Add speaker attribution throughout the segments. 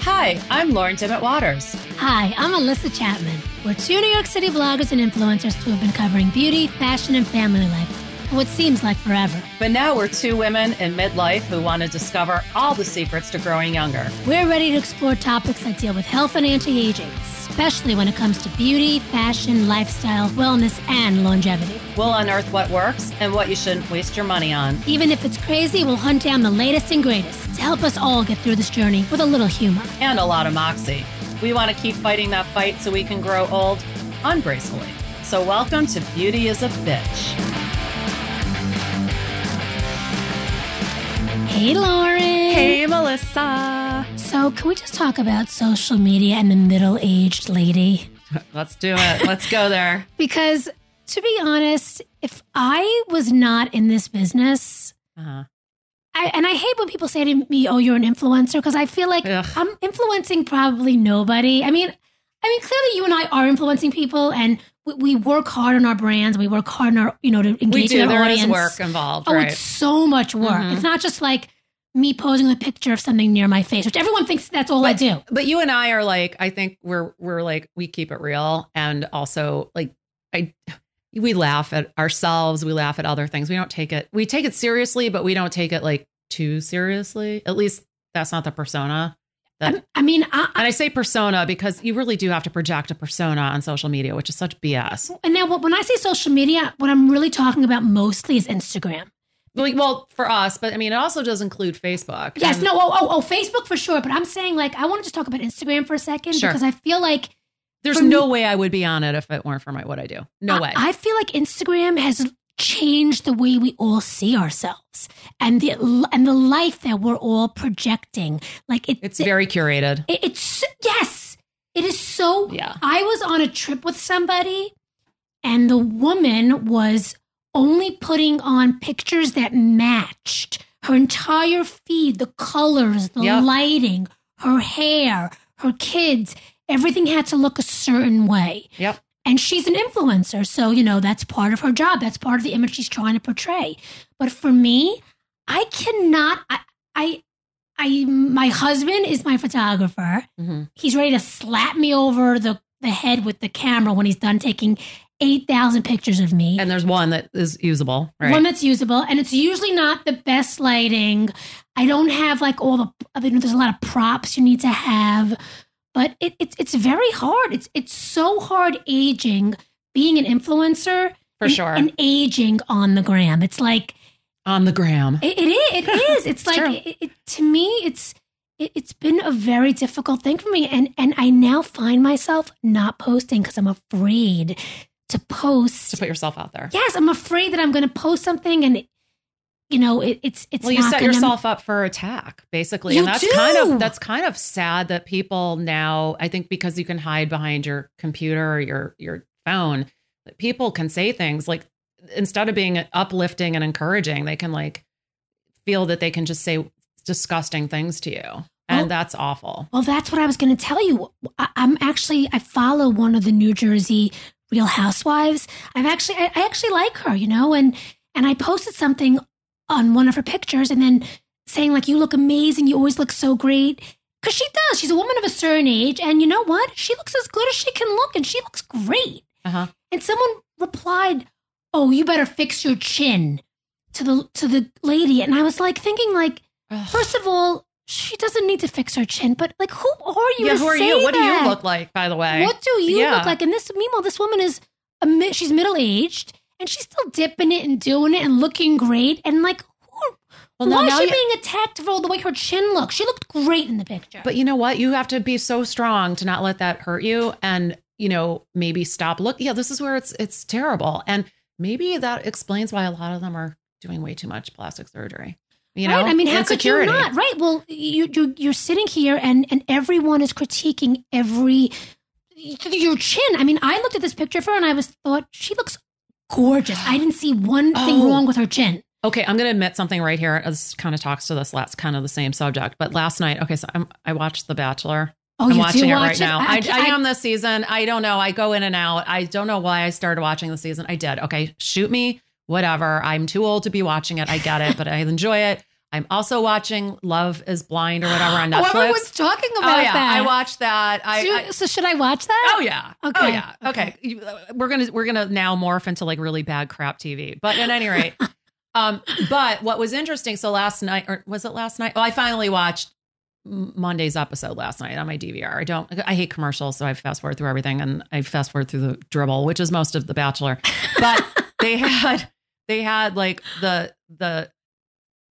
Speaker 1: Hi, I'm Lauren Dimmitt Waters.
Speaker 2: Hi, I'm Alyssa Chapman. We're two New York City bloggers and influencers who have been covering beauty, fashion, and family life for what seems like forever.
Speaker 1: But now we're two women in midlife who want to discover all the secrets to growing younger.
Speaker 2: We're ready to explore topics that deal with health and anti aging, especially when it comes to beauty, fashion, lifestyle, wellness, and longevity.
Speaker 1: We'll unearth what works and what you shouldn't waste your money on.
Speaker 2: Even if it's crazy, we'll hunt down the latest and greatest to help us all get through this journey with a little humor.
Speaker 1: and a lot of moxie. We want to keep fighting that fight so we can grow old ungracefully. So, welcome to Beauty is a Bitch.
Speaker 2: Hey, Lauren.
Speaker 1: Melissa.
Speaker 2: So, can we just talk about social media and the middle aged lady?
Speaker 1: Let's do it. Let's go there.
Speaker 2: Because to be honest, if I was not in this business,
Speaker 1: Uh-huh.
Speaker 2: I, and I hate when people say to me, "Oh, you're an influencer," because I feel like
Speaker 1: Ugh.
Speaker 2: I'm influencing probably nobody. I mean, I mean, clearly you and I are influencing people, and we, we work hard on our brands. We work hard on our, you know, to engage
Speaker 1: We do.
Speaker 2: with our
Speaker 1: There
Speaker 2: audience.
Speaker 1: is work involved,
Speaker 2: Oh,
Speaker 1: right?
Speaker 2: it's so much work.
Speaker 1: Mhm.
Speaker 2: It's not just like me posing a picture of something near my face, which everyone thinks that's all I
Speaker 1: But-
Speaker 2: do.
Speaker 1: But you and I are like, I think we're we're like we keep it real, and also like I, we laugh at ourselves. We laugh at other things. We don't take it. We take it seriously, but we don't take it like too seriously. At least that's not the persona. That,
Speaker 2: I, I mean, I,
Speaker 1: And I say persona because you really do have to project a persona on social media, which is such BS.
Speaker 2: And now, when I say social media, what I'm really talking about mostly is Instagram.
Speaker 1: Like, well, for us, but I mean, it also does include Facebook.
Speaker 2: Yes,
Speaker 1: And-
Speaker 2: no, oh, oh, oh, Facebook for sure. But I'm saying, like, I want to just talk about Instagram for a second
Speaker 1: Sure.
Speaker 2: because I feel like
Speaker 1: There's
Speaker 2: for me-
Speaker 1: no way I would be on it if it weren't for my what I do. No
Speaker 2: I,
Speaker 1: way.
Speaker 2: I feel like Instagram has changed the way we all see ourselves and the and the life that we're all projecting. Like it,
Speaker 1: it's very curated.
Speaker 2: it- it's yes, it is so
Speaker 1: Yeah.
Speaker 2: I was on a trip with somebody, and the woman was only putting on pictures that matched her entire feed the colors, the
Speaker 1: Yep.
Speaker 2: lighting, her hair, her kids. Everything had to look a certain way.
Speaker 1: Yep.
Speaker 2: And she's an influencer. So, you know, that's part of her job. That's part of the image she's trying to portray. But for me, I cannot, I, I, I, my husband is my photographer
Speaker 1: Mhm.
Speaker 2: he's ready to slap me over the, the head with the camera when he's done taking 8,000 pictures of me.
Speaker 1: And there's one that is usable, right?
Speaker 2: One that's usable, and it's usually not the best lighting. I don't have like all the. I mean, there's a lot of props you need to have, but it, it's it's very hard. It's it's so hard aging, being an influencer
Speaker 1: for
Speaker 2: and-
Speaker 1: sure.
Speaker 2: and aging on the gram. It's like
Speaker 1: on the gram.
Speaker 2: it, it is. It is. It's, like
Speaker 1: true.
Speaker 2: it, it, to me. It's it, it's been a very difficult thing for me, and and I now find myself not posting because I'm afraid to post.
Speaker 1: to put yourself out there.
Speaker 2: Yes, I'm afraid that I'm going to post something, and you know, it, it's it's.
Speaker 1: well, you
Speaker 2: not
Speaker 1: set
Speaker 2: gonna-
Speaker 1: yourself up for attack, basically.
Speaker 2: You
Speaker 1: and that's
Speaker 2: do!
Speaker 1: kind of that's kind of sad that people now, I think because you can hide behind your computer or your your phone, that people can say things like instead of being uplifting and encouraging, they can like feel that they can just say disgusting things to you. And
Speaker 2: Well-
Speaker 1: that's awful.
Speaker 2: Well, that's what I was going to tell you. I, I'm actually I follow one of the New Jersey Real Housewives. I've actually I, I actually like her, you know, and and I posted something on one of her pictures, and then saying like, "You look amazing. You always look so great." Because she does. She's a woman of a certain age, and you know what? She looks as good as she can look, and she looks great.
Speaker 1: Uh-huh.
Speaker 2: And someone replied, "Oh, you better fix your chin." To the to the lady, and I was like thinking like.
Speaker 1: Ugh.
Speaker 2: First of all, she doesn't need to fix her chin, but like, who are you?
Speaker 1: yeah,
Speaker 2: to
Speaker 1: who are
Speaker 2: say
Speaker 1: you? What do
Speaker 2: that?
Speaker 1: you look like, by the way?
Speaker 2: What do you
Speaker 1: Yeah.
Speaker 2: look like? And this, meanwhile, this woman is, a mi- she's middle aged and she's still dipping it and doing it and looking great. And like, who,
Speaker 1: Well, no,
Speaker 2: why is
Speaker 1: now
Speaker 2: she
Speaker 1: you-
Speaker 2: being attacked for the way her chin looks? She looked great in the picture.
Speaker 1: But you know what? You have to be so strong to not let that hurt you and, you know, maybe stop look. Yeah, this is where it's it's terrible. And maybe that explains why a lot of them are doing way too much plastic surgery. You know,
Speaker 2: right? I mean, how could you
Speaker 1: insecurity.
Speaker 2: not? Right. Well, you, you you're sitting here, and and everyone is critiquing every your chin. I mean, I looked at this picture of her, and I was thought she looks gorgeous. I didn't see one thing
Speaker 1: Oh.
Speaker 2: wrong with her chin.
Speaker 1: Okay, I'm going to admit something right here. This kind of talks to this last kind of the same subject. But last night, okay, so I'm, I watched The Bachelor.
Speaker 2: Oh,
Speaker 1: I'm
Speaker 2: you
Speaker 1: watching
Speaker 2: do
Speaker 1: it
Speaker 2: watch
Speaker 1: right
Speaker 2: it?
Speaker 1: now. I, I,
Speaker 2: I-
Speaker 1: am this season. I don't know. I go in and out. I don't know why I started watching the season. I did. Okay, shoot me. Whatever. I'm too old to be watching it. I get it, but I enjoy it. I'm also watching Love is Blind or whatever on
Speaker 2: Oh,
Speaker 1: Netflix.
Speaker 2: everyone's talking about
Speaker 1: oh yeah,
Speaker 2: that.
Speaker 1: I watched that. I,
Speaker 2: Do-
Speaker 1: I-
Speaker 2: so should I watch that?
Speaker 1: oh yeah. Oh
Speaker 2: Okay,
Speaker 1: yeah.
Speaker 2: okay.
Speaker 1: Okay. You- uh, we're gonna we're gonna now morph into like really bad crap TV. But at any rate, um, but what was interesting? So last night, or was it last night? Well, I finally watched M- Monday's episode last night on my DVR. I don't. I hate commercials, so I fast forward through everything, and I fast forward through the dribble, which is most of The Bachelor. But they had they had like the the.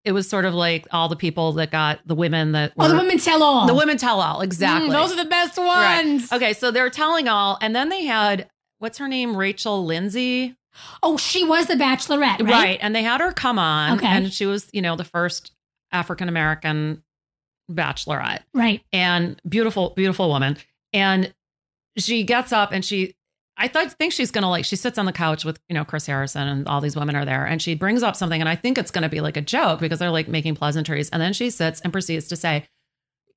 Speaker 1: It was sort of like all the people that got the women that were
Speaker 2: Oh, the women tell all.
Speaker 1: the women tell all exactly
Speaker 2: Mm, those are the best ones.
Speaker 1: Right. Okay, so they're telling all, and then they had what's her name, Rachel Lindsay,
Speaker 2: Oh, she was the Bachelorette, right?
Speaker 1: And they had her come on,
Speaker 2: Okay.
Speaker 1: and she was, you know, the first African American bachelorette,
Speaker 2: Right.
Speaker 1: and beautiful, beautiful woman. And she gets up, and she, I thought, think she's gonna like, she sits on the couch with, you know, Chris Harrison, and all these women are there, and she brings up something, and I think it's gonna be like a joke because they're like making pleasantries, and then she sits and proceeds to say,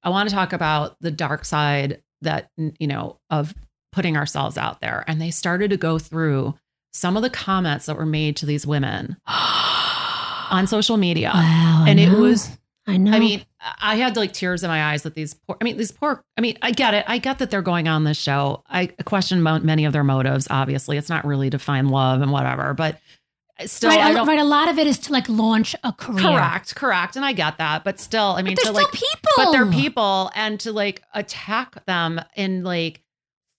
Speaker 1: I want to talk about the dark side that, you know, of putting ourselves out there. And they started to go through some of the comments that were made to these women on social media.
Speaker 2: Wow. I
Speaker 1: Uh, and it
Speaker 2: know.
Speaker 1: was,
Speaker 2: I know.
Speaker 1: I mean, I had like tears in my eyes that these poor, I mean, these poor, I mean, I get it. I get that they're going on this show. I question mo- many of their motives, obviously. It's not really to find love and whatever, but still,
Speaker 2: right,
Speaker 1: I
Speaker 2: a,
Speaker 1: don't.
Speaker 2: right. A lot of it is to like launch a career.
Speaker 1: Correct, correct. And I get that. But still, I mean,
Speaker 2: But they're
Speaker 1: to
Speaker 2: still
Speaker 1: like,
Speaker 2: people.
Speaker 1: but they're people and to like attack them and like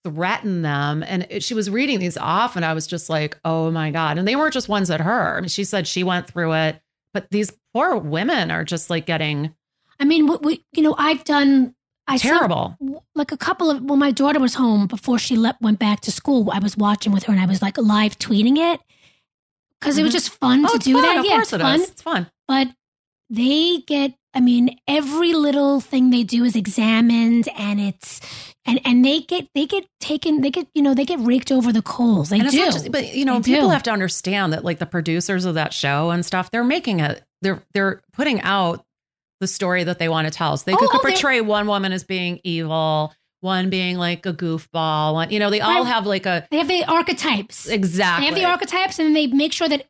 Speaker 1: threaten them and it, she was reading these off and i was just like oh my god and they weren't just ones at her I mean, she said she went through it but these poor women are just like getting
Speaker 2: I mean, we, we, you know, I've done. I saw
Speaker 1: terrible
Speaker 2: like a couple of when my daughter was home before she le- went back to school. I was watching with her and I was like live tweeting it because it was
Speaker 1: Mhm.
Speaker 2: just fun to
Speaker 1: it's
Speaker 2: do
Speaker 1: fun.
Speaker 2: that.
Speaker 1: of
Speaker 2: yeah,
Speaker 1: course
Speaker 2: it's
Speaker 1: it
Speaker 2: fun.
Speaker 1: is. it's fun
Speaker 2: but they get i mean every little thing they do is examined and it's and and they get they get taken they get you know they get raked over the coals they
Speaker 1: and it's
Speaker 2: do
Speaker 1: not just, but you know
Speaker 2: They
Speaker 1: people
Speaker 2: do.
Speaker 1: have to understand that like the producers of that show and stuff they're making it they're they're putting out the story that they want to tell so they
Speaker 2: Oh,
Speaker 1: could,
Speaker 2: oh, they're-
Speaker 1: portray one woman as being evil one being like a goofball one you know they all
Speaker 2: Right.
Speaker 1: have like a
Speaker 2: they have the archetypes they
Speaker 1: exactly
Speaker 2: have the archetypes and they make sure that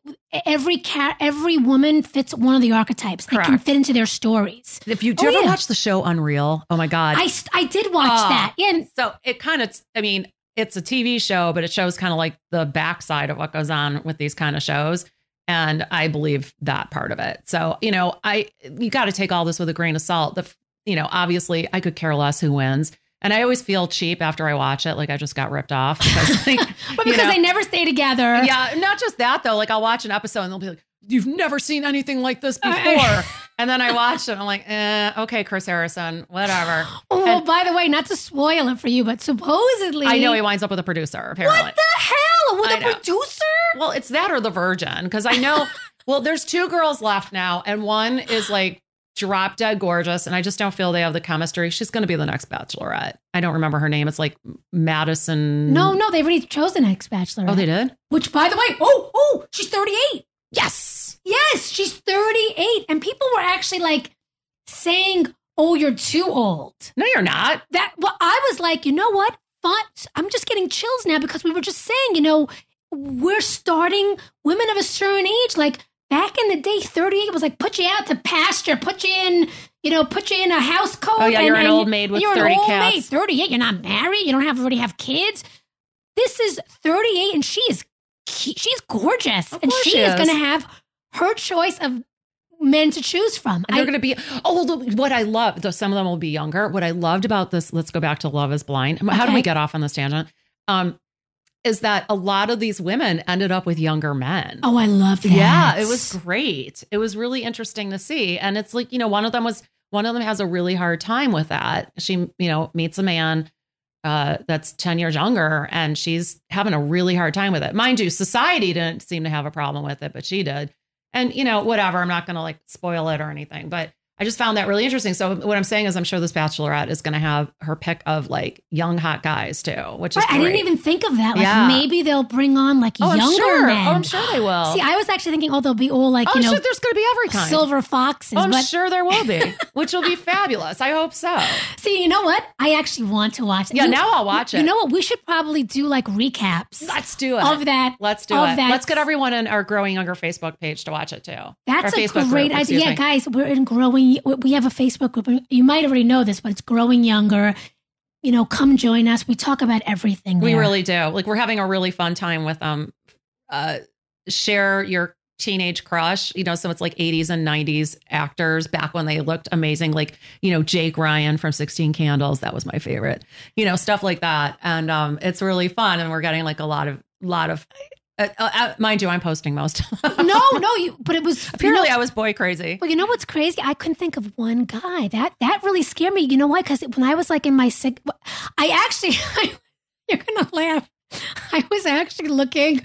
Speaker 2: every cat every woman fits one of the archetypes they can
Speaker 1: Correct.
Speaker 2: fit into their stories
Speaker 1: if you do
Speaker 2: Oh,
Speaker 1: you ever
Speaker 2: yeah.
Speaker 1: watch the show unreal oh my god
Speaker 2: i s- i did watch
Speaker 1: Ah.
Speaker 2: that yeah and
Speaker 1: so it kind of i mean it's a tv show but it shows kind of like the backside of what goes on with these kind of shows and i believe that part of it so you know i you got to take all this with a grain of salt the f- you know obviously i could care less who wins and i always feel cheap after i watch it like i just got ripped off because like
Speaker 2: but
Speaker 1: you
Speaker 2: because
Speaker 1: know.
Speaker 2: they never stay together
Speaker 1: yeah not just that though like i'll watch an episode and they'll be like you've never seen anything like this
Speaker 2: I-
Speaker 1: before
Speaker 2: I-
Speaker 1: and then i watch it and i'm like eh, okay chris harrison whatever
Speaker 2: oh well
Speaker 1: And-
Speaker 2: by the way not to spoil it for you but supposedly
Speaker 1: i know he winds up with a producer apparently
Speaker 2: what the hell with
Speaker 1: I
Speaker 2: a
Speaker 1: know.
Speaker 2: producer
Speaker 1: Well, it's that or the virgin because I know. well, there's two girls left now, and one is like drop dead gorgeous, and I just don't feel they have the chemistry. She's going to be the next Bachelorette. I don't remember her name. It's like Madison.
Speaker 2: No, no, they've already chosen ex bachelor.
Speaker 1: Oh, they did.
Speaker 2: Which, by the way, oh, oh, she's 38.
Speaker 1: Yes.
Speaker 2: Yes, she's 38. And people were actually like saying, oh, you're too old.
Speaker 1: No, you're not.
Speaker 2: That, well, I was like, you know what? Fun. I'm just getting chills now because we were just saying, you know, we're starting women of a certain age. Like back in the day, 38 was like, put you out to pasture, put you in, you know, put you in a house coat.
Speaker 1: Oh yeah,
Speaker 2: and-
Speaker 1: you're an
Speaker 2: and
Speaker 1: old maid with
Speaker 2: you're
Speaker 1: thirty
Speaker 2: an old
Speaker 1: cats.
Speaker 2: maid, 38. You're not married. You don't have already have kids. This is 38, and she is cu- she's gorgeous,
Speaker 1: Of
Speaker 2: and
Speaker 1: course
Speaker 2: she
Speaker 1: she
Speaker 2: is,
Speaker 1: is.
Speaker 2: going to have her choice of men to choose from.
Speaker 1: And they're going to be, oh, look, what I love, though some of them will be younger. What I loved about this, let's go back to Love is Blind. How did
Speaker 2: Okay.
Speaker 1: we get off on this tangent? Um, is that a lot of these women ended up with younger men.
Speaker 2: oh, I love that.
Speaker 1: Yeah, it was great. It was really interesting to see. And it's like, you know, one of them was one of them has a really hard time with that. She, you know, meets a man uh that's 10 years younger and she's having a really hard time with it. Mind you, society didn't seem to have a problem with it, but she did. And you know, whatever, I'm not going to like spoil it or anything, but I just found that really interesting. So what I'm saying is I'm sure this bachelorette is going to have her pick of like young hot guys too, which is
Speaker 2: Right, I didn't
Speaker 1: great.
Speaker 2: even think of that. Like
Speaker 1: Yeah.
Speaker 2: maybe they'll bring on like
Speaker 1: Oh, I'm
Speaker 2: younger
Speaker 1: sure.
Speaker 2: men.
Speaker 1: Oh, I'm sure they will.
Speaker 2: See, I was actually thinking, oh, they'll be all like
Speaker 1: oh,
Speaker 2: you know
Speaker 1: shit, there's going to be every kind.
Speaker 2: silver foxes.
Speaker 1: Oh, I'm
Speaker 2: but
Speaker 1: sure there will be. which will be fabulous. I hope so.
Speaker 2: See, you know what? I actually want to watch. it.
Speaker 1: Yeah,
Speaker 2: You-
Speaker 1: now I'll watch it.
Speaker 2: You know what? We should probably do like recaps
Speaker 1: let's do it.
Speaker 2: of that.
Speaker 1: Let's do
Speaker 2: of
Speaker 1: it.
Speaker 2: that-
Speaker 1: Let's get everyone on our Growing Younger Facebook page to watch it too.
Speaker 2: That's
Speaker 1: Our
Speaker 2: a
Speaker 1: Facebook
Speaker 2: great
Speaker 1: group,
Speaker 2: idea.
Speaker 1: excuse
Speaker 2: Yeah,
Speaker 1: me.
Speaker 2: guys, we're in growing. We have a Facebook group. You might already know this, but it's growing younger. You know, come join us. We talk about everything.
Speaker 1: We
Speaker 2: there.
Speaker 1: really do. Like we're having a really fun time with um uh share your teenage crush, you know, so it's like 80s and 90s actors back when they looked amazing like, you know, Jake Ryan from 16 Candles, that was my favorite. You know, stuff like that. And um it's really fun and we're getting like a lot of lot of uh, uh, uh, mind you, I'm posting most.
Speaker 2: no, no. You, but it was
Speaker 1: Apparently
Speaker 2: You know,
Speaker 1: I was boy crazy.
Speaker 2: well, you know what's crazy? I couldn't think of one guy. That that really scared me. You know why? Because when I was like in my sick, I actually, you're gonna laugh. I was actually looking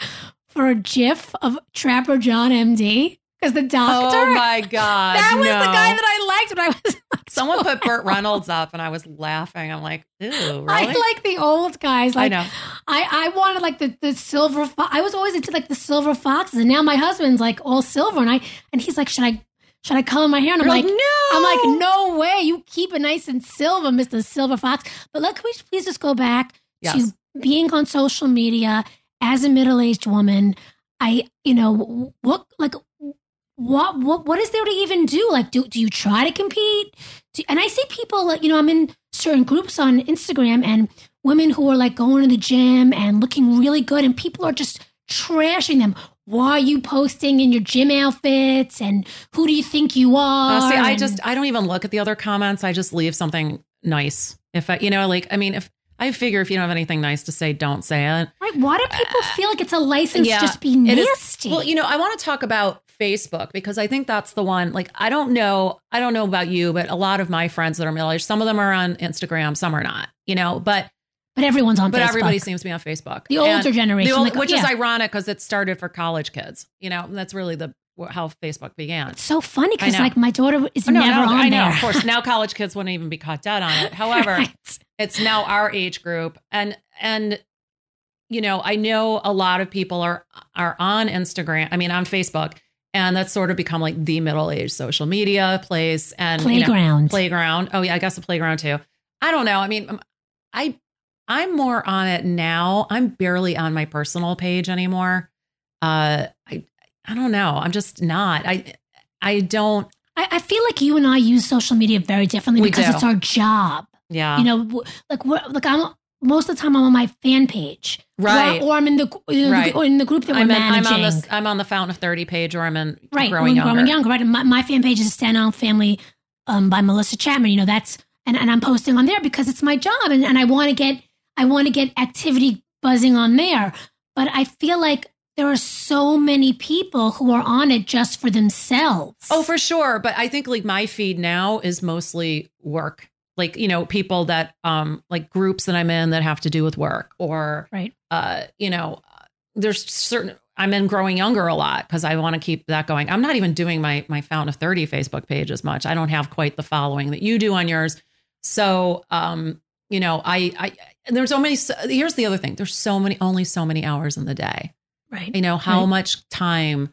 Speaker 2: for a GIF of Trapper John MD because the doctor.
Speaker 1: Oh my god.
Speaker 2: that was
Speaker 1: no.
Speaker 2: the guy that I liked when I was. Like,
Speaker 1: Someone put Burt Reynolds up and I was laughing. I'm like, "Ew, really?"
Speaker 2: I like the old guys. Like
Speaker 1: I know.
Speaker 2: I, I wanted like the, the silver. Fo- I was always into like the silver foxes, and now my husband's like all silver, and I and he's like, should I should I color my hair? And I'm
Speaker 1: You're
Speaker 2: like,
Speaker 1: "No."
Speaker 2: I'm
Speaker 1: Oh.
Speaker 2: like, no way, you keep it nice and silver, Mister Silver Fox. But look, can we please just go back
Speaker 1: Yes.
Speaker 2: to being on social media as a middle aged woman? I you know what like. What, what what is there to even do? Like, do do you try to compete? Do, and I see people like you know I'm in certain groups on Instagram and women who are like going to the gym and looking really good and people are just trashing them. Why are you posting in your gym outfits and who do you think you are?
Speaker 1: Uh, see, I
Speaker 2: And-
Speaker 1: just I don't even look at the other comments. I just leave something nice. If I, you know, like I mean, if I figure if you don't have anything nice to say, don't say it.
Speaker 2: Right, why do people feel like it's a
Speaker 1: Uh,
Speaker 2: license
Speaker 1: yeah,
Speaker 2: to just be
Speaker 1: it is-
Speaker 2: nasty?
Speaker 1: Well, you know, I want to talk about Facebook because I think that's the one. Like, I don't know, I don't know about you, but a lot of my friends that are middle aged, some of them are on Instagram, some are not. You know, but
Speaker 2: but everyone's on
Speaker 1: but
Speaker 2: Facebook.
Speaker 1: everybody seems to be on Facebook.
Speaker 2: the
Speaker 1: And
Speaker 2: older
Speaker 1: the
Speaker 2: generation,
Speaker 1: old-
Speaker 2: like, oh,
Speaker 1: which is
Speaker 2: yeah.
Speaker 1: ironic because it started for college kids. You know, and that's really the how Facebook began.
Speaker 2: It's so funny because
Speaker 1: I know.
Speaker 2: like my daughter is
Speaker 1: Oh, no,
Speaker 2: never
Speaker 1: no,
Speaker 2: on
Speaker 1: I know,
Speaker 2: there.
Speaker 1: of course. Now college kids wouldn't even be caught dead on it. However,
Speaker 2: Right.
Speaker 1: it's now our age group and and you know i know a lot of people are are on instagram i mean on facebook and that's sort of become like the middle age social media place and you know,
Speaker 2: playground.
Speaker 1: playground oh yeah i guess the playground too i don't know i mean um, i i'm more on it now i'm barely on my personal page anymore uh i i don't know i'm just not i i don't
Speaker 2: I, I feel like you and I use social media very differently
Speaker 1: We
Speaker 2: because
Speaker 1: do. Uh.
Speaker 2: it's our job.
Speaker 1: yeah
Speaker 2: you know, w- like we're, like I'm most of the time I'm on my fan page,
Speaker 1: Right.
Speaker 2: Or, or I'm in the you know,
Speaker 1: Right.
Speaker 2: or in the group that we're
Speaker 1: I'm, in- I'm
Speaker 2: managing,
Speaker 1: on this i'm on the fountain of 30 page or i'm in
Speaker 2: right?
Speaker 1: growing
Speaker 2: we're
Speaker 1: younger
Speaker 2: growing younger, right? And my, my fan page is Stand On Family um, by Melissa Chapman. You know, that's and, and I'm posting on there because it's my job, and, and I want to get I want to get activity buzzing on there. But I feel like there are so many people who are on it just for themselves.
Speaker 1: Oh, for sure. But I think like my feed now is mostly work. Like, you know, people that um like groups that I'm in that have to do with work or
Speaker 2: Right.
Speaker 1: uh, you know, there's certain I'm in growing younger a lot because I want to keep that going. I'm not even doing my my Fountain of 30 Facebook page as much. I don't have quite the following that you do on yours. So um, you know, I I and there's so many so, here's the other thing. There's so many only so many hours in the day
Speaker 2: right.
Speaker 1: you know how
Speaker 2: Right.
Speaker 1: much time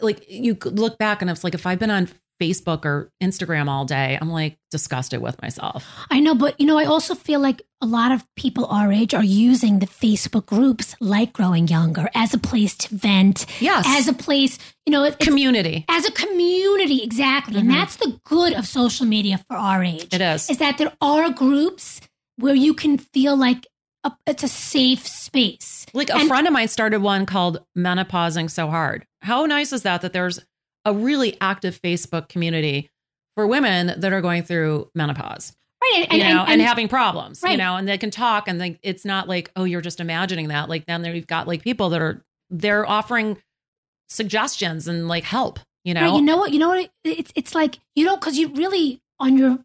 Speaker 1: like you could look back and it's like if i've been on facebook or instagram all day i'm like disgusted with myself
Speaker 2: I know, but you know, I also feel like a lot of people our age are using the Facebook groups like Growing Younger as a place to vent,
Speaker 1: yes
Speaker 2: as a place, you know, it- it's,
Speaker 1: community
Speaker 2: as a community, exactly.
Speaker 1: Mhm.
Speaker 2: And that's the good of social media for our age,
Speaker 1: it is
Speaker 2: is that there are groups where you can feel like a, it's a safe space.
Speaker 1: like a
Speaker 2: and-
Speaker 1: friend of mine started one called menopausing so hard how nice is that that there's a really active facebook community for women that are going through menopause
Speaker 2: Right.
Speaker 1: you know, and, having problems, you
Speaker 2: Right.
Speaker 1: know, and they can talk and they, it's not like, oh, you're just imagining that. Like then there you've got like people that are they're offering suggestions and like help, you know.
Speaker 2: Right, you know what? You know what? It's it's like you don't because you really on your.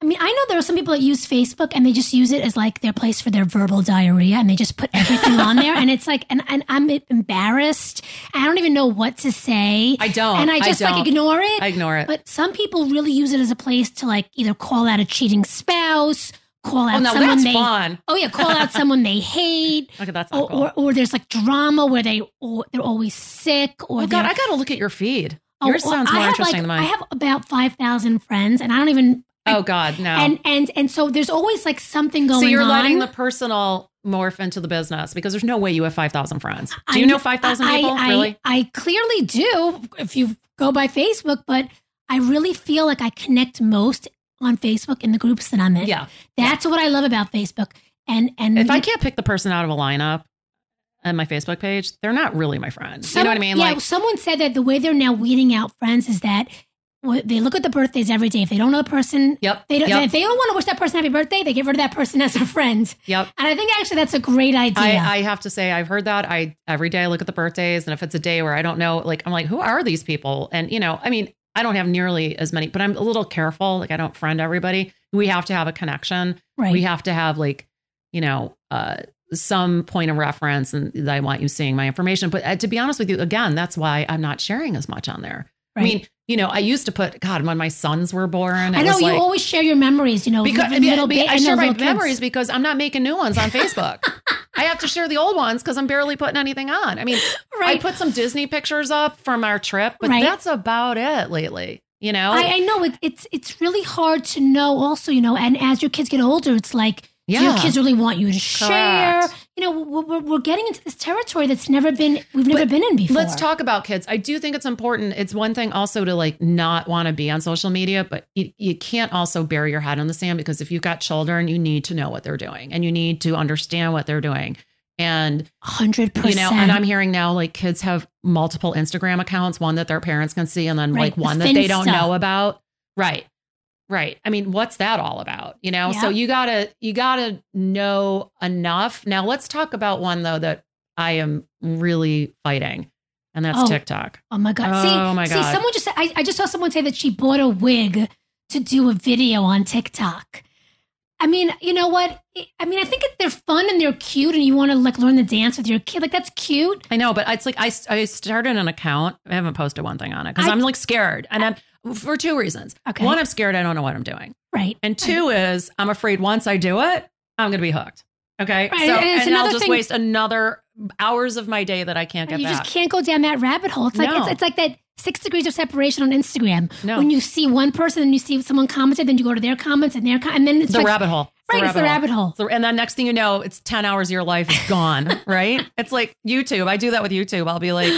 Speaker 2: I mean, I know there are some people that use Facebook and they just use it as like their place for their verbal diarrhea, and they just put everything on there, and it's like, and, and I'm embarrassed. I don't even know what to say,
Speaker 1: I don't.
Speaker 2: and I just
Speaker 1: don't.
Speaker 2: like ignore it.
Speaker 1: I ignore it.
Speaker 2: but some people really use it as a place to like either call out a cheating spouse, call out
Speaker 1: oh no,
Speaker 2: someone
Speaker 1: that's
Speaker 2: they,
Speaker 1: fun.
Speaker 2: oh yeah, call out someone they hate,
Speaker 1: Okay, that's not
Speaker 2: or,
Speaker 1: cool.
Speaker 2: or or there's like drama where they or they're always sick, or
Speaker 1: oh god,
Speaker 2: they're-
Speaker 1: I gotta look at your feed.
Speaker 2: Oh,
Speaker 1: Yours sounds more
Speaker 2: I have
Speaker 1: interesting
Speaker 2: like,
Speaker 1: than mine.
Speaker 2: I have about five thousand friends, and I don't even.
Speaker 1: oh God, no.
Speaker 2: And and and so there's always like something going on.
Speaker 1: so you're letting the personal morph into the business because there's no way you have 5,000 friends. Do you
Speaker 2: I-
Speaker 1: know 5,000
Speaker 2: I-
Speaker 1: people?
Speaker 2: I,
Speaker 1: really?
Speaker 2: I clearly do if you go by Facebook, but I really feel like I connect most on Facebook in the groups that I'm in.
Speaker 1: yeah.
Speaker 2: That's what I love about Facebook. And and
Speaker 1: If I can't pick the person out of a lineup on my Facebook page, they're not really my friends. you know what I mean?
Speaker 2: Yeah,
Speaker 1: like,
Speaker 2: someone said that the way they're now weeding out friends is that wh- they look at the birthdays every day. If they don't know a person,
Speaker 1: yep.
Speaker 2: they don't.
Speaker 1: yep.
Speaker 2: If they don't want to wish that person happy birthday, they get rid of that person as a friend.
Speaker 1: yep.
Speaker 2: And I think actually that's a great idea.
Speaker 1: I, I have to say, I've heard that. I every day I look at the birthdays, and if it's a day where I don't know, like I'm like, who are these people? And you know, I mean, I don't have nearly as many, but I'm a little careful. Like I don't friend everybody. We have to have a connection.
Speaker 2: right.
Speaker 1: We have to have like, you know, uh, some point of reference, and that I want you seeing my information. But uh, to be honest with you, again, that's why I'm not sharing as much on there.
Speaker 2: right.
Speaker 1: I mean, you know, I used to put God when my sons were born. it
Speaker 2: I know
Speaker 1: was
Speaker 2: you
Speaker 1: like,
Speaker 2: always share your memories. You know,
Speaker 1: because
Speaker 2: little, little
Speaker 1: be-
Speaker 2: ba-
Speaker 1: I
Speaker 2: know,
Speaker 1: share my
Speaker 2: little kids.
Speaker 1: memories because I'm not making new ones on Facebook. I have to share the old ones because I'm barely putting anything on. I mean, I
Speaker 2: Right.
Speaker 1: put some Disney pictures up from our trip, but
Speaker 2: Right.
Speaker 1: that's about it lately. You know,
Speaker 2: I, I know it, it's it's really hard to know. Also, you know, and as your kids get older, it's like, do your kids really want you to share?
Speaker 1: Correct.
Speaker 2: You know, we're, we're, we're getting into this territory that's never been we've never
Speaker 1: But
Speaker 2: been in before.
Speaker 1: Let's talk about kids. I do think it's important. It's one thing also to like not want to be on social media, but you, you can't also bury your head in the sand because if you've got children, you need to know what they're doing and you need to understand what they're doing. And
Speaker 2: hundred
Speaker 1: you
Speaker 2: percent.
Speaker 1: know and i'm hearing now like kids have multiple instagram accounts one that their parents can see and then
Speaker 2: Right,
Speaker 1: like
Speaker 2: the
Speaker 1: one that they don't
Speaker 2: Finsta.
Speaker 1: know about right right i mean what's that all about you know so
Speaker 2: Yeah.
Speaker 1: you gotta you gotta know enough now let's talk about one though that i am really fighting and that's
Speaker 2: Oh.
Speaker 1: tiktok
Speaker 2: oh my god. See,
Speaker 1: Oh, my
Speaker 2: see,
Speaker 1: God.
Speaker 2: someone just said, I, I just saw someone say that she bought a wig to do a video on TikTok. I mean, you know what? I mean, I think if they're fun and they're cute, and you want to like learn the dance with your kid. Like that's cute.
Speaker 1: i know but it's like i, I started an account i haven't posted one thing on it because
Speaker 2: I-
Speaker 1: i'm like scared and i'm for two reasons
Speaker 2: Okay.
Speaker 1: one i'm scared i don't know what i'm doing
Speaker 2: Right.
Speaker 1: And two is I'm afraid once I do it, I'm going to be hooked. Okay.
Speaker 2: Right,
Speaker 1: So,
Speaker 2: and
Speaker 1: and,
Speaker 2: it's
Speaker 1: I'll
Speaker 2: another
Speaker 1: just
Speaker 2: thing-
Speaker 1: waste another hours of my day that I can't get
Speaker 2: you
Speaker 1: back.
Speaker 2: just can't go down that rabbit hole. It's like
Speaker 1: No.
Speaker 2: it's, it's like that six degrees of separation on Instagram.
Speaker 1: no,
Speaker 2: When you see one person and you see someone commented, then you go to their comments and their com- and then it's
Speaker 1: it's a
Speaker 2: like,
Speaker 1: rabbit hole.
Speaker 2: right, it's the rabbit hole.
Speaker 1: So- and then next thing you know, it's 10 hours of your life is gone, right? It's like YouTube. I do that with YouTube. I'll be like,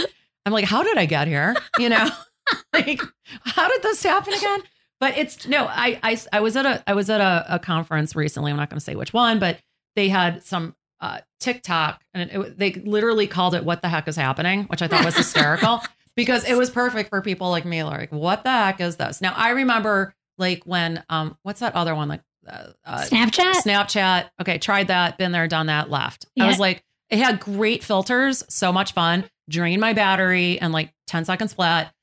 Speaker 1: I'm like, how did I get here? You know, like, how did this happen again? But it's no, I, I, I was at a, I was at a, a conference recently. I'm not going to say which one, but they had some uh, TikTok and it, they literally called it what the heck is happening, which I thought was hysterical because it was perfect for people like me. Like, what the heck is this? Now I remember like when, um, what's that other one? Like, uh, uh,
Speaker 2: Snapchat.
Speaker 1: Snapchat. Okay, tried that, been there, done that, left. I
Speaker 2: Yeah.
Speaker 1: was like, it had great filters, so much fun. Drained my battery and like 10 seconds flat.